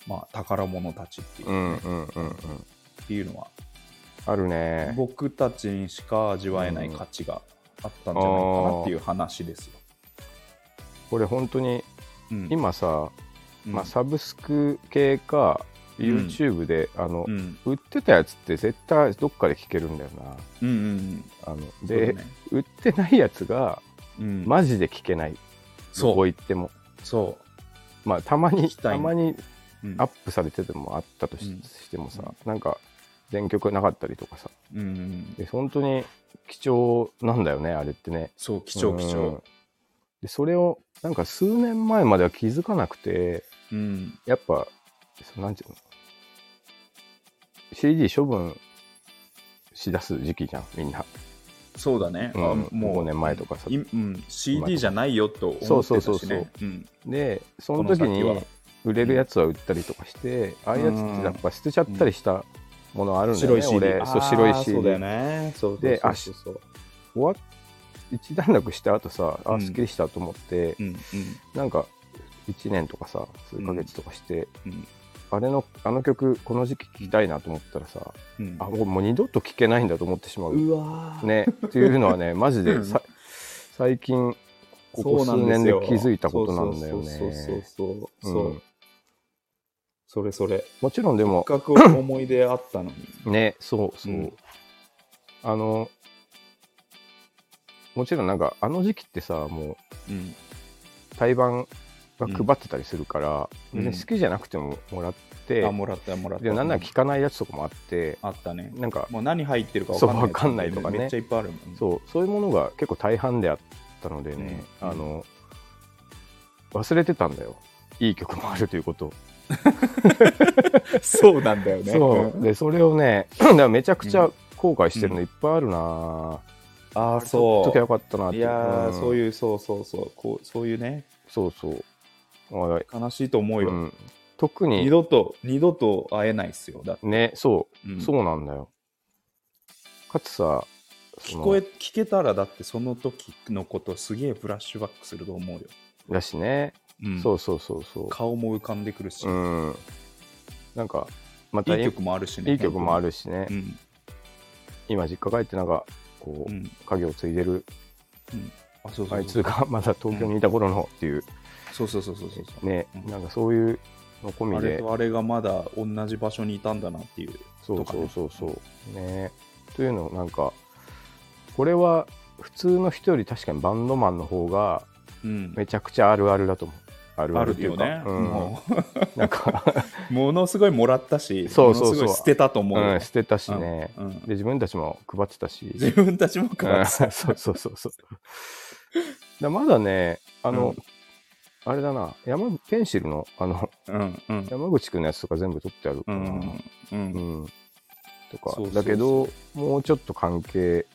Speaker 1: まあ、宝物たちっていう,、
Speaker 2: うんうんうんうん
Speaker 1: っていうのは
Speaker 2: あるね
Speaker 1: 僕たちにしか味わえない価値があったんじゃないかなっていう話ですよ。
Speaker 2: これ本当に
Speaker 1: うん
Speaker 2: 今さ、
Speaker 1: うん
Speaker 2: まあ、サブスク系か YouTube で、あの、
Speaker 1: うん
Speaker 2: 売ってたやつって絶対どっかで聞けるんだよな。
Speaker 1: うんうん
Speaker 2: あの
Speaker 1: うん
Speaker 2: で、
Speaker 1: そうだね
Speaker 2: 売ってないやつが
Speaker 1: うん
Speaker 2: マジで聞けない、ど
Speaker 1: そ
Speaker 2: こ
Speaker 1: う
Speaker 2: 行っても
Speaker 1: そ
Speaker 2: まあたまに
Speaker 1: 聞きたい
Speaker 2: たまに
Speaker 1: う、うん
Speaker 2: アップされててもあったと
Speaker 1: う
Speaker 2: し,、
Speaker 1: ん
Speaker 2: てもさ
Speaker 1: うん
Speaker 2: なんか全曲なかったりとかさ
Speaker 1: うんうん、
Speaker 2: で本当に貴重なんだよねあれってね
Speaker 1: そう貴重貴
Speaker 2: うん
Speaker 1: 重
Speaker 2: でそれをなんか数年前までは気づかなくて
Speaker 1: うん
Speaker 2: やっぱそなんていうの CD 処分しだす時期じゃんみんな
Speaker 1: そうだね、あ
Speaker 2: うん5年前とかさ
Speaker 1: いうん、CD じゃないよと思ってたし、ね、
Speaker 2: そうそうそうそう
Speaker 1: うん、
Speaker 2: でその時に
Speaker 1: この先は
Speaker 2: 売れるやつは売ったりとかして、ああいうやつってやっぱ捨てちゃったりしたものあるんだよね、
Speaker 1: 白い CD
Speaker 2: 俺そう白い CD
Speaker 1: そうだよねそう
Speaker 2: で
Speaker 1: そうそうそう
Speaker 2: 終わっ一段落した後さ
Speaker 1: う
Speaker 2: あ
Speaker 1: ん
Speaker 2: すっきりしたと思って、
Speaker 1: うん
Speaker 2: なんか1年とかさ数ヶ月とかして、
Speaker 1: うん
Speaker 2: あれのあの曲この時期聴きたいなと思ったらさ、
Speaker 1: うんうん
Speaker 2: あもうもう二度と聴けないんだと思ってしまう、
Speaker 1: うわー
Speaker 2: ねっていうのは ねマジ
Speaker 1: う
Speaker 2: で
Speaker 1: ん
Speaker 2: さ最近
Speaker 1: そ
Speaker 2: ここ
Speaker 1: うな
Speaker 2: 数
Speaker 1: んで
Speaker 2: 年
Speaker 1: す
Speaker 2: で
Speaker 1: よ
Speaker 2: 気づいたことなんだよね
Speaker 1: そうそうそうそうそう、
Speaker 2: うん
Speaker 1: それそれ
Speaker 2: もちろんでも
Speaker 1: せっかく思い出あったのに
Speaker 2: ねそうそう、
Speaker 1: うん
Speaker 2: あのもちろんなんかあの時期ってさも
Speaker 1: うん
Speaker 2: う対バンが配ってたりするから、
Speaker 1: うん
Speaker 2: 別に好きじゃなくてももらって、
Speaker 1: あもらったもらった
Speaker 2: でなんなら聞かないやつとかもあって、
Speaker 1: あったね
Speaker 2: なんか
Speaker 1: もう何入ってるか
Speaker 2: そうわかんないとかね
Speaker 1: めっちゃいっぱいあるもん
Speaker 2: そうそういうものが結構大半であったのでね、
Speaker 1: うん
Speaker 2: あの忘れてたんだよいい曲もあるということを、
Speaker 1: そうなんだよね
Speaker 2: そうでそれをね だからめちゃくちゃ後悔してるのいっぱいあるなぁ、
Speaker 1: ああ
Speaker 2: 取っと
Speaker 1: そ
Speaker 2: きゃよかったなっ
Speaker 1: う
Speaker 2: て
Speaker 1: いやーそう
Speaker 2: う
Speaker 1: いうそうそうそうこうそういうね
Speaker 2: んそうそうあ
Speaker 1: 悲しいと思う
Speaker 2: う
Speaker 1: よ
Speaker 2: ん、特
Speaker 1: 二
Speaker 2: に
Speaker 1: 度と二度と会えないっすよだって
Speaker 2: ねそう、
Speaker 1: うん
Speaker 2: そうなんだよかつさそ
Speaker 1: 聞
Speaker 2: の
Speaker 1: こえ聞けたらだってその時のことすげえブラッシュバックすると思うよ、
Speaker 2: だしね、
Speaker 1: うん
Speaker 2: そうそうそうそ
Speaker 1: 顔も浮かんでくるし、
Speaker 2: ううんなんかまた
Speaker 1: いい曲もあるしね
Speaker 2: いい曲もあ
Speaker 1: る
Speaker 2: るしね、
Speaker 1: うん
Speaker 2: 今実家帰ってなんかこ
Speaker 1: う
Speaker 2: う、
Speaker 1: ん
Speaker 2: 家業を継いでる
Speaker 1: あそうそ
Speaker 2: あ
Speaker 1: う
Speaker 2: い
Speaker 1: そ
Speaker 2: つ
Speaker 1: う
Speaker 2: が まだ東京にいた頃のっていう
Speaker 1: そうそうそうそうそうそう
Speaker 2: ね、
Speaker 1: うん
Speaker 2: なんかそういうの込
Speaker 1: あ
Speaker 2: み
Speaker 1: れ
Speaker 2: で
Speaker 1: とあれがまだ同じ場所にいたんだなっていう
Speaker 2: そ
Speaker 1: と
Speaker 2: う
Speaker 1: か
Speaker 2: そ
Speaker 1: ね
Speaker 2: うそうそうねというのをなんかこれは普通の人より確かにバンドマンの方が
Speaker 1: うん
Speaker 2: めちゃくちゃあるあるだと思うある
Speaker 1: あ
Speaker 2: あるっ
Speaker 1: る
Speaker 2: てい
Speaker 1: よ
Speaker 2: うか
Speaker 1: ね、
Speaker 2: うん
Speaker 1: も
Speaker 2: なんか、
Speaker 1: うものすごいもらったし
Speaker 2: そうそうそう
Speaker 1: ものすごい捨てたと思うよ、
Speaker 2: うん、捨てたしね、
Speaker 1: うん
Speaker 2: で自分たちも配ってたし
Speaker 1: 自分たちも変わっ
Speaker 2: うんそうそうそうそう。だまだね、あの、あれだな、山ペンシルのあの
Speaker 1: うんうん
Speaker 2: 山口君のやつとか全部取ってあるか
Speaker 1: う
Speaker 2: ら、うんん
Speaker 1: うんうん
Speaker 2: とか
Speaker 1: そうそうそう
Speaker 2: だけど、もうちょっと関係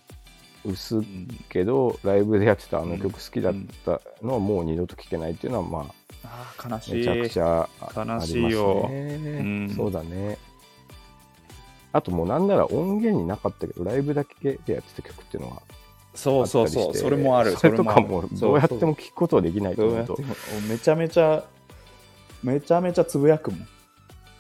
Speaker 2: 薄いけど、ライブでやってたあの曲好きだったのはもう二度と聴けないっていうのは、まあ、
Speaker 1: あー悲しい
Speaker 2: めちゃくちゃああり
Speaker 1: 悲
Speaker 2: ます
Speaker 1: しいよ
Speaker 2: ね
Speaker 1: うん
Speaker 2: そうだね。あともうなんなら音源になかったけど、ライブだけでやってた曲っていうのは
Speaker 1: そうそうそ
Speaker 2: あったりし
Speaker 1: う、
Speaker 2: て
Speaker 1: それもある。
Speaker 2: それとか
Speaker 1: そ
Speaker 2: も
Speaker 1: れある
Speaker 2: どうやっても聞くことはできない
Speaker 1: そ
Speaker 2: と
Speaker 1: うそうどう
Speaker 2: 思
Speaker 1: やっ
Speaker 2: う
Speaker 1: て
Speaker 2: と
Speaker 1: もめちゃめちゃ、めちゃめちゃつぶやくもん。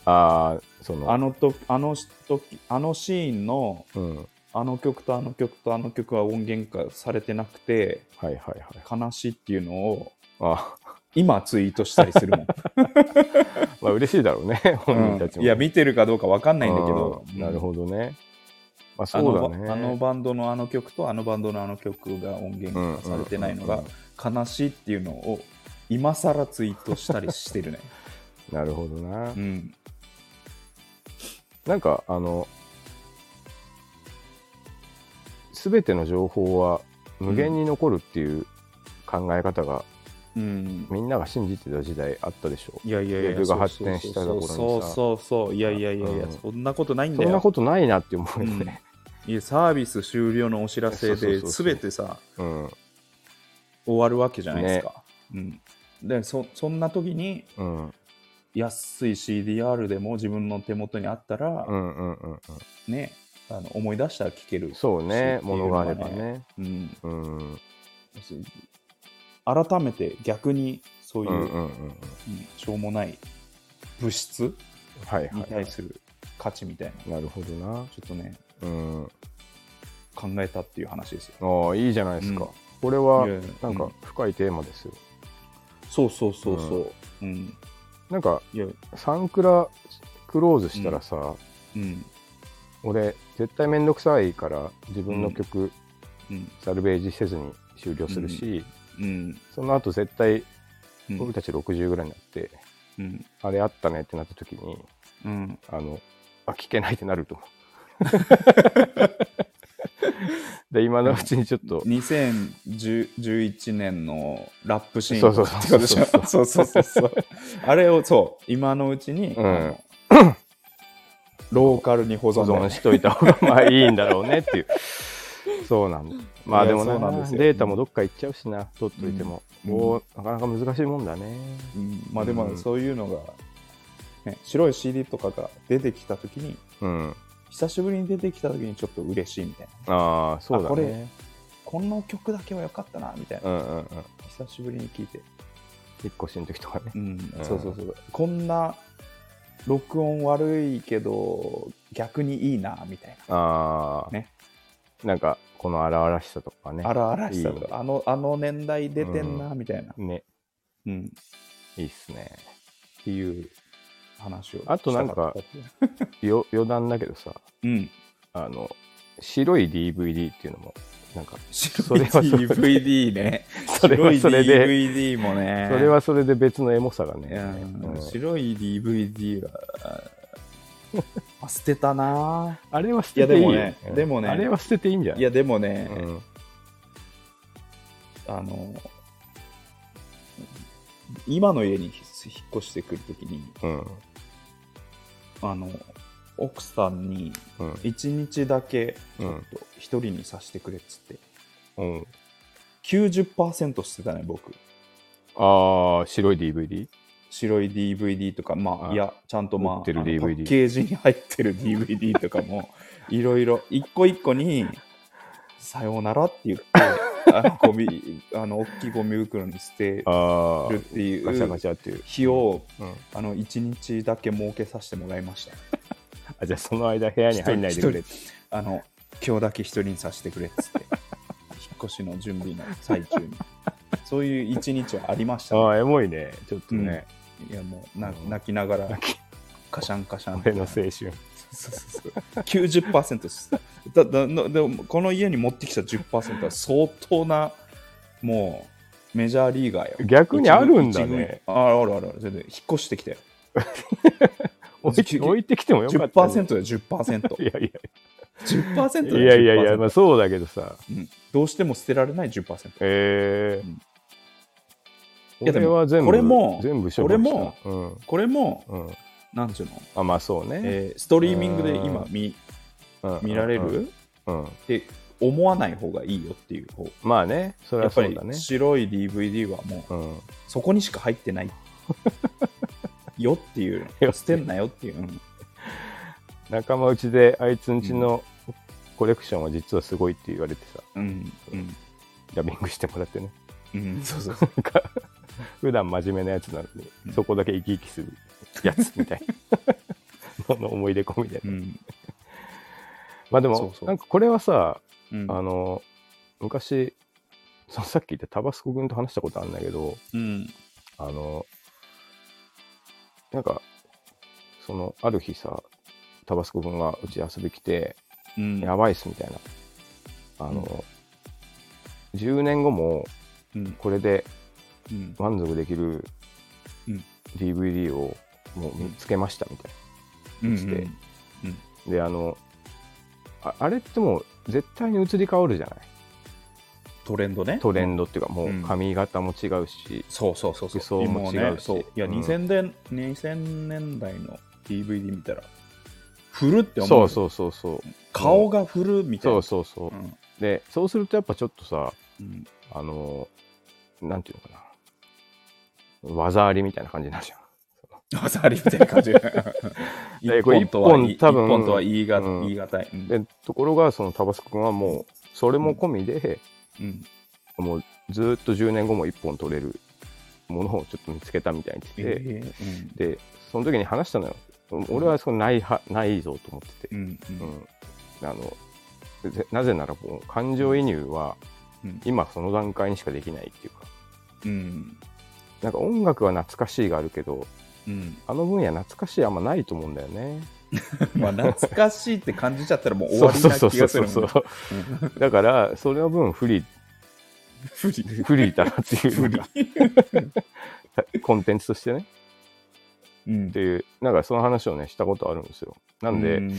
Speaker 2: ああその
Speaker 1: あのとあの時あのシーンの
Speaker 2: うんはい
Speaker 1: あの曲とあの曲とあの曲は音源化されてなくて
Speaker 2: はいはい
Speaker 1: 悲しいっていうのを
Speaker 2: あ
Speaker 1: 今ツイートしたりするもん。
Speaker 2: あまあ嬉しいだろうね 本人たち
Speaker 1: うん
Speaker 2: も
Speaker 1: いや、見てるかどうかわかんないんだけど
Speaker 2: う。んなる
Speaker 1: ど。
Speaker 2: ほどねまあ
Speaker 1: あ
Speaker 2: そうだ
Speaker 1: の
Speaker 2: ね
Speaker 1: あのバンドのあの曲とあのバンドのあの曲が音源化されてないの
Speaker 2: うん
Speaker 1: が
Speaker 2: うんうん
Speaker 1: 悲しいっていうのを今更ツイートしたりしてるね。
Speaker 2: なるほどな
Speaker 1: うん、
Speaker 2: なんかあの全ての情報は無限に残るっていう考え方が
Speaker 1: うん、
Speaker 2: みんなが信じてた時代あったでしょ
Speaker 1: いやいやい
Speaker 2: レ
Speaker 1: や、
Speaker 2: ベルが発展したところにさ
Speaker 1: そうそうそうそう、いやいやいやいや、
Speaker 2: うん
Speaker 1: そんなことないん
Speaker 2: そ
Speaker 1: だ
Speaker 2: んな
Speaker 1: よ。
Speaker 2: ことないなって思うよね
Speaker 1: いやサービス終了のお知らせ
Speaker 2: そうそう
Speaker 1: で、
Speaker 2: そう
Speaker 1: す
Speaker 2: そう
Speaker 1: べてさ、
Speaker 2: うん
Speaker 1: 終わるわけじゃないですか。うん、でそ、そんな時に、
Speaker 2: うん
Speaker 1: 安い CDR でも自分の手元にあったら、
Speaker 2: うんうんうんうん
Speaker 1: ね、あの思い出したら聞ける。
Speaker 2: そうね
Speaker 1: そう
Speaker 2: も
Speaker 1: ってい
Speaker 2: の
Speaker 1: うの
Speaker 2: が
Speaker 1: がね
Speaker 2: あればね
Speaker 1: うん、
Speaker 2: うん
Speaker 1: 改めて逆に、そういう、
Speaker 2: うんうんうん
Speaker 1: うんしょうもない物質
Speaker 2: はいは
Speaker 1: に
Speaker 2: い、
Speaker 1: 対する価値みたいな、
Speaker 2: なるほどな
Speaker 1: ちょっとね、
Speaker 2: うん
Speaker 1: 考えたっていう話ですよ。
Speaker 2: ああいいじゃないですか、
Speaker 1: うん
Speaker 2: これはい
Speaker 1: やいや
Speaker 2: なん
Speaker 1: う
Speaker 2: か
Speaker 1: ん
Speaker 2: 深いテーマですよ、
Speaker 1: そうそうそうそう。うん。
Speaker 2: なんか
Speaker 1: いや、
Speaker 2: サンクラクローズしたらさ、
Speaker 1: うん。
Speaker 2: 俺絶対めんどくさいから自分の曲、
Speaker 1: うん。
Speaker 2: サルベージせずに終了するし、
Speaker 1: うん。
Speaker 2: その後絶対
Speaker 1: うん。
Speaker 2: 僕たち60ぐらいになって、
Speaker 1: うん。
Speaker 2: あれあったねってなった時に
Speaker 1: うん。
Speaker 2: あのあ聞けないってなる と思うで今のうちにちょっと
Speaker 1: 2011年のラップシーン
Speaker 2: そうそうそう
Speaker 1: ってことでしょそうそうそうそうあれをそう今のうちに、
Speaker 2: うん
Speaker 1: あのローカルに保
Speaker 2: 保
Speaker 1: 存だよ
Speaker 2: 存
Speaker 1: ね
Speaker 2: しといた方がまあいいんだろうねっていうそうなんだまあ
Speaker 1: いや
Speaker 2: でもな
Speaker 1: そうなんですよ
Speaker 2: データもどっか行っちゃうしな取っといても、
Speaker 1: うん
Speaker 2: おーなかなか難しいもんだね
Speaker 1: うんまあで
Speaker 2: う
Speaker 1: も
Speaker 2: ん
Speaker 1: そういうのが、ね、白い CD とかが出てきた時に
Speaker 2: うん
Speaker 1: 久しぶりに出てきた時にちょっと嬉しいみたいな
Speaker 2: ああそうだね
Speaker 1: あこれこの曲だけは良かったなみたいな
Speaker 2: うんうんうん
Speaker 1: 久しぶりに聴いて、
Speaker 2: 引っ越しの時とかね
Speaker 1: うん
Speaker 2: うん
Speaker 1: そうそうそうこんな録音悪いけど逆にいいなみたい
Speaker 2: ああ、
Speaker 1: ね
Speaker 2: なんかこの荒々しさとかね
Speaker 1: な荒々しさと
Speaker 2: いい
Speaker 1: かあのあの年代出てんなみたいな、
Speaker 2: ね
Speaker 1: うん
Speaker 2: いいっすね
Speaker 1: っていう話を
Speaker 2: あとなんか
Speaker 1: したった
Speaker 2: よ余談だけどさ
Speaker 1: うん
Speaker 2: あの白い DVD っていうのもなんか
Speaker 1: 白い
Speaker 2: それはそれで
Speaker 1: DVD ね
Speaker 2: それはそ れ
Speaker 1: 白
Speaker 2: で
Speaker 1: い DVD もね
Speaker 2: それはそれで別のエモさがね
Speaker 1: いやー
Speaker 2: うん
Speaker 1: 白い DVD はあー捨てたな
Speaker 2: あれは捨てていいよ
Speaker 1: いやでもね
Speaker 2: うん
Speaker 1: でもね
Speaker 2: あれは捨てていいんじゃ
Speaker 1: ー
Speaker 2: ない
Speaker 1: いやでもね、
Speaker 2: うん
Speaker 1: あの今の家に引っ越してくるときに
Speaker 2: うん
Speaker 1: あの奥さんに
Speaker 2: うん
Speaker 1: 1日だけち
Speaker 2: う
Speaker 1: ょっ
Speaker 2: ん
Speaker 1: と1人にさせてくれっつって
Speaker 2: うん
Speaker 1: 90%してたね僕
Speaker 2: ああ白い DVD
Speaker 1: 白い DVD とかまあ
Speaker 2: あ
Speaker 1: いやちゃんとまあ
Speaker 2: 売ってる
Speaker 1: あの
Speaker 2: DVD
Speaker 1: パッケージに入ってる DVD とかも いろいろ一個一個に「さようなら」って言ってあのゴミあの大きいゴミ袋に捨て
Speaker 2: ああ
Speaker 1: るってい
Speaker 2: ガチャガ
Speaker 1: う
Speaker 2: チャっていう
Speaker 1: 日を
Speaker 2: うん
Speaker 1: あの1日だけ設けさせてもらいました
Speaker 2: あじゃあその間部屋に入んないでくれって
Speaker 1: あの今日だけ一人にさせてくれっつって 引っ越しの準備の最中にそういう一日はありましたね、
Speaker 2: ああエモいねちょっとね
Speaker 1: いやもうな
Speaker 2: うん
Speaker 1: 泣きながらカシャンカシャン
Speaker 2: 俺の青春
Speaker 1: そうそうそう90%ですだだのでもこの家に持ってきた10%は相当なもうメジャーリーガーよ
Speaker 2: 逆にあるんだ
Speaker 1: 一軍一
Speaker 2: ね
Speaker 1: 軍ああるあるある全然引っ越してきたよ
Speaker 2: 置いて置いてきてもよかったね、
Speaker 1: 10%だよ 10%10%
Speaker 2: いやい
Speaker 1: 10%だ
Speaker 2: や
Speaker 1: よ
Speaker 2: いやいやいや、
Speaker 1: 10%
Speaker 2: まあ、そうだけどさ
Speaker 1: うんどうしても捨てられない10%
Speaker 2: ええ
Speaker 1: うんい
Speaker 2: こ
Speaker 1: やで
Speaker 2: れ
Speaker 1: も
Speaker 2: は全部
Speaker 1: これも
Speaker 2: 全部処分した
Speaker 1: これも
Speaker 2: うん
Speaker 1: これも
Speaker 2: うん、
Speaker 1: なんていうの、
Speaker 2: あまあそうね、
Speaker 1: えーストリーミングで今見
Speaker 2: うん
Speaker 1: 見られる、っ
Speaker 2: うん、うん
Speaker 1: て思わない方がいいよっていう方
Speaker 2: まあねそれ
Speaker 1: や
Speaker 2: は
Speaker 1: っぱ
Speaker 2: そうだね
Speaker 1: り白い DVD はもう
Speaker 2: うん、
Speaker 1: そこにしか入ってないよっていう
Speaker 2: よ
Speaker 1: 捨てんなよっていう、うん
Speaker 2: 仲間内であいつんちのコレクションは実はすごいって言われてさ
Speaker 1: うんうん
Speaker 2: ダビングしてもらってね
Speaker 1: うん、そうそうそう
Speaker 2: なんか普段真面目なやつなのに、
Speaker 1: うん
Speaker 2: そこだけ生き生きするやつみたい なの思い出込みで、
Speaker 1: うん、
Speaker 2: まあでも
Speaker 1: そうそう
Speaker 2: なんかこれはさ
Speaker 1: うん、
Speaker 2: あの昔そのさっき言ったタバスコ君と話したことあるんだけど
Speaker 1: うん
Speaker 2: あのなんかそのある日さタバスコ君がうち遊び来て、
Speaker 1: うん
Speaker 2: やばいっすみたいなあの、10年後も
Speaker 1: うん
Speaker 2: これで
Speaker 1: うん
Speaker 2: 満足できる
Speaker 1: うん
Speaker 2: DVD をもう見つけましたみたい
Speaker 1: うん
Speaker 2: してなであのああれってもう絶対に移り変わるじゃない
Speaker 1: トレンドね
Speaker 2: トレンドっていうかもううん髪型も違うし、
Speaker 1: そうそうそう
Speaker 2: 服装も
Speaker 1: 今
Speaker 2: 違う
Speaker 1: ね
Speaker 2: し
Speaker 1: そういや
Speaker 2: うん
Speaker 1: 2000年、2000年代の DVD 見たら古って思う
Speaker 2: そ
Speaker 1: よ
Speaker 2: うそうそうそう
Speaker 1: 顔が古みたい
Speaker 2: そ
Speaker 1: な
Speaker 2: うそうそう、
Speaker 1: うん
Speaker 2: でそうするとやっぱちょっとさ
Speaker 1: うん
Speaker 2: あのなんていうのかな技ありみたいな感じになるじゃん
Speaker 1: わざありみたいな感じ 一
Speaker 2: これ
Speaker 1: 本とはい
Speaker 2: 一本多分
Speaker 1: 一本とは言いが
Speaker 2: うん
Speaker 1: 言い難いうん
Speaker 2: でところがそのタバスコ君はもうそれも込みで、
Speaker 1: うん
Speaker 2: もうずーっと10年後も1本取れるものをちょっと見つけたみたいに
Speaker 1: え
Speaker 2: 言ってて、
Speaker 1: ーうん
Speaker 2: でその時に話したのよ俺はそのないはないぞと思ってて、
Speaker 1: うんうん
Speaker 2: うんあのぜなぜならもう感情移入は
Speaker 1: うん
Speaker 2: 今その段階にしかできないっていうか
Speaker 1: うん
Speaker 2: なんか音楽は懐かしいがあるけど
Speaker 1: うん、
Speaker 2: あの分野懐かしいあんまないと思うんだよね。
Speaker 1: まあ懐かしいって感じちゃったらもう終わりな気がするもん
Speaker 2: そうそうそうそうだからそれの分不利
Speaker 1: 不利
Speaker 2: 不利だなっていう
Speaker 1: 不利
Speaker 2: コンテンツとしてね
Speaker 1: うん
Speaker 2: っていうなんかその話をねしたことあるんですよなんで、
Speaker 1: うん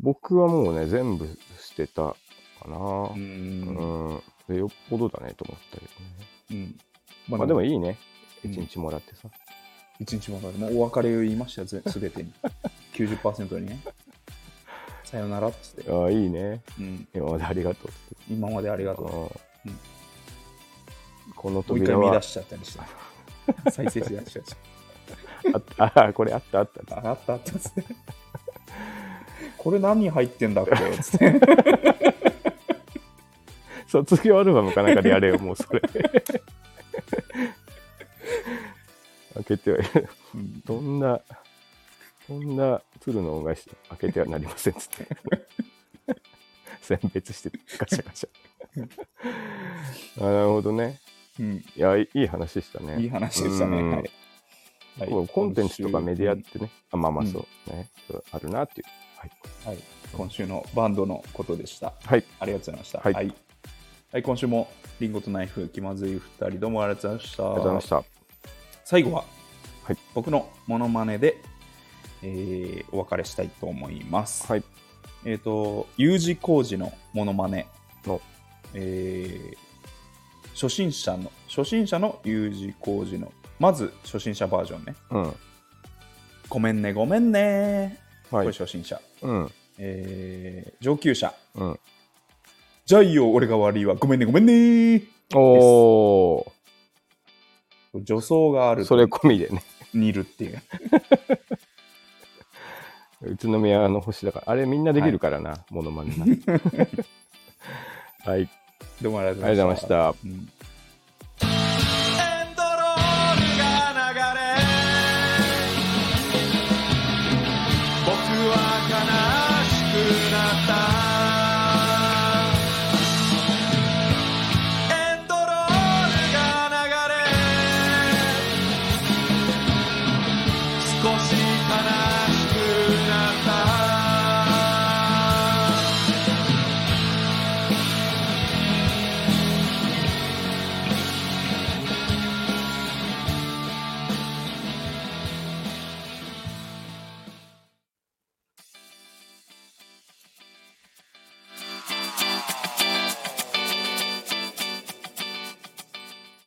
Speaker 2: 僕はもうね全部捨てたかな
Speaker 1: う
Speaker 2: うんん、でよっぽどだねと思ったけどね
Speaker 1: うん
Speaker 2: ま
Speaker 1: ま
Speaker 2: あ、
Speaker 1: あ
Speaker 2: で
Speaker 1: で
Speaker 2: も
Speaker 1: も
Speaker 2: いいね
Speaker 1: うん
Speaker 2: 一日もらってさ、
Speaker 1: 一日もかかるもうお別れを言いましたよぜ全てに90%にねさよならっつって、
Speaker 2: ああいいね
Speaker 1: うん、
Speaker 2: 今までありがとうって
Speaker 1: 今までありが
Speaker 2: あ
Speaker 1: とうも
Speaker 2: あ
Speaker 1: うん
Speaker 2: この
Speaker 1: う一回
Speaker 2: 扉
Speaker 1: 見
Speaker 2: は
Speaker 1: 出しちゃったりして 再生し出しちゃった
Speaker 2: あったあこれあったあった
Speaker 1: ああったあったっつって。これ何入ってんだっけっつって。
Speaker 2: 卒業アルバムかなんかでやれよ、も うそれ。開けてはいる。どんな、どんな鶴の恩返し、開けてはなりませんっつ って。選別して、ガシャガシャ。あなるほどね。
Speaker 1: うん、
Speaker 2: いや、いいい話でしたね。
Speaker 1: いい話でした
Speaker 2: う
Speaker 1: ね。
Speaker 2: ん
Speaker 1: はいはい
Speaker 2: こうコンテンツとかメディアっ
Speaker 1: 今
Speaker 2: てね、あまあまあそう、ね、あるなっていう。はい。
Speaker 1: 週はい、今週のバンドのことでした。
Speaker 2: はい。
Speaker 1: ありがとうございました。
Speaker 2: はい
Speaker 1: はいはい今週もリンゴとナイフ気まずい2人どうもありがとうございました。
Speaker 2: ありがとうございました。
Speaker 1: 最後は、
Speaker 2: はい
Speaker 1: 僕のモノマネで、えーお別れしたいと思います。
Speaker 2: はい。
Speaker 1: えっ、と、U 字工事のモノマネ
Speaker 2: の
Speaker 1: えー初心者の、初心者の U 字工事の、まず初心者バージョンね。
Speaker 2: うん。
Speaker 1: ごめんね、ごめんね。こ
Speaker 2: は
Speaker 1: れ
Speaker 2: い。
Speaker 1: 初心者。
Speaker 2: うん。
Speaker 1: えー上級者。
Speaker 2: うん。
Speaker 1: ジャイよ、俺が悪いわ。ごめんね、ごめんね。
Speaker 2: おー。
Speaker 1: 助走がある。
Speaker 2: それ込みでね、
Speaker 1: にいるっていう。
Speaker 2: 宇都宮の星だから、あれみんなできるからな、モノマネな。はい、
Speaker 1: どうもありがとう
Speaker 2: ありがとうございました。
Speaker 1: うん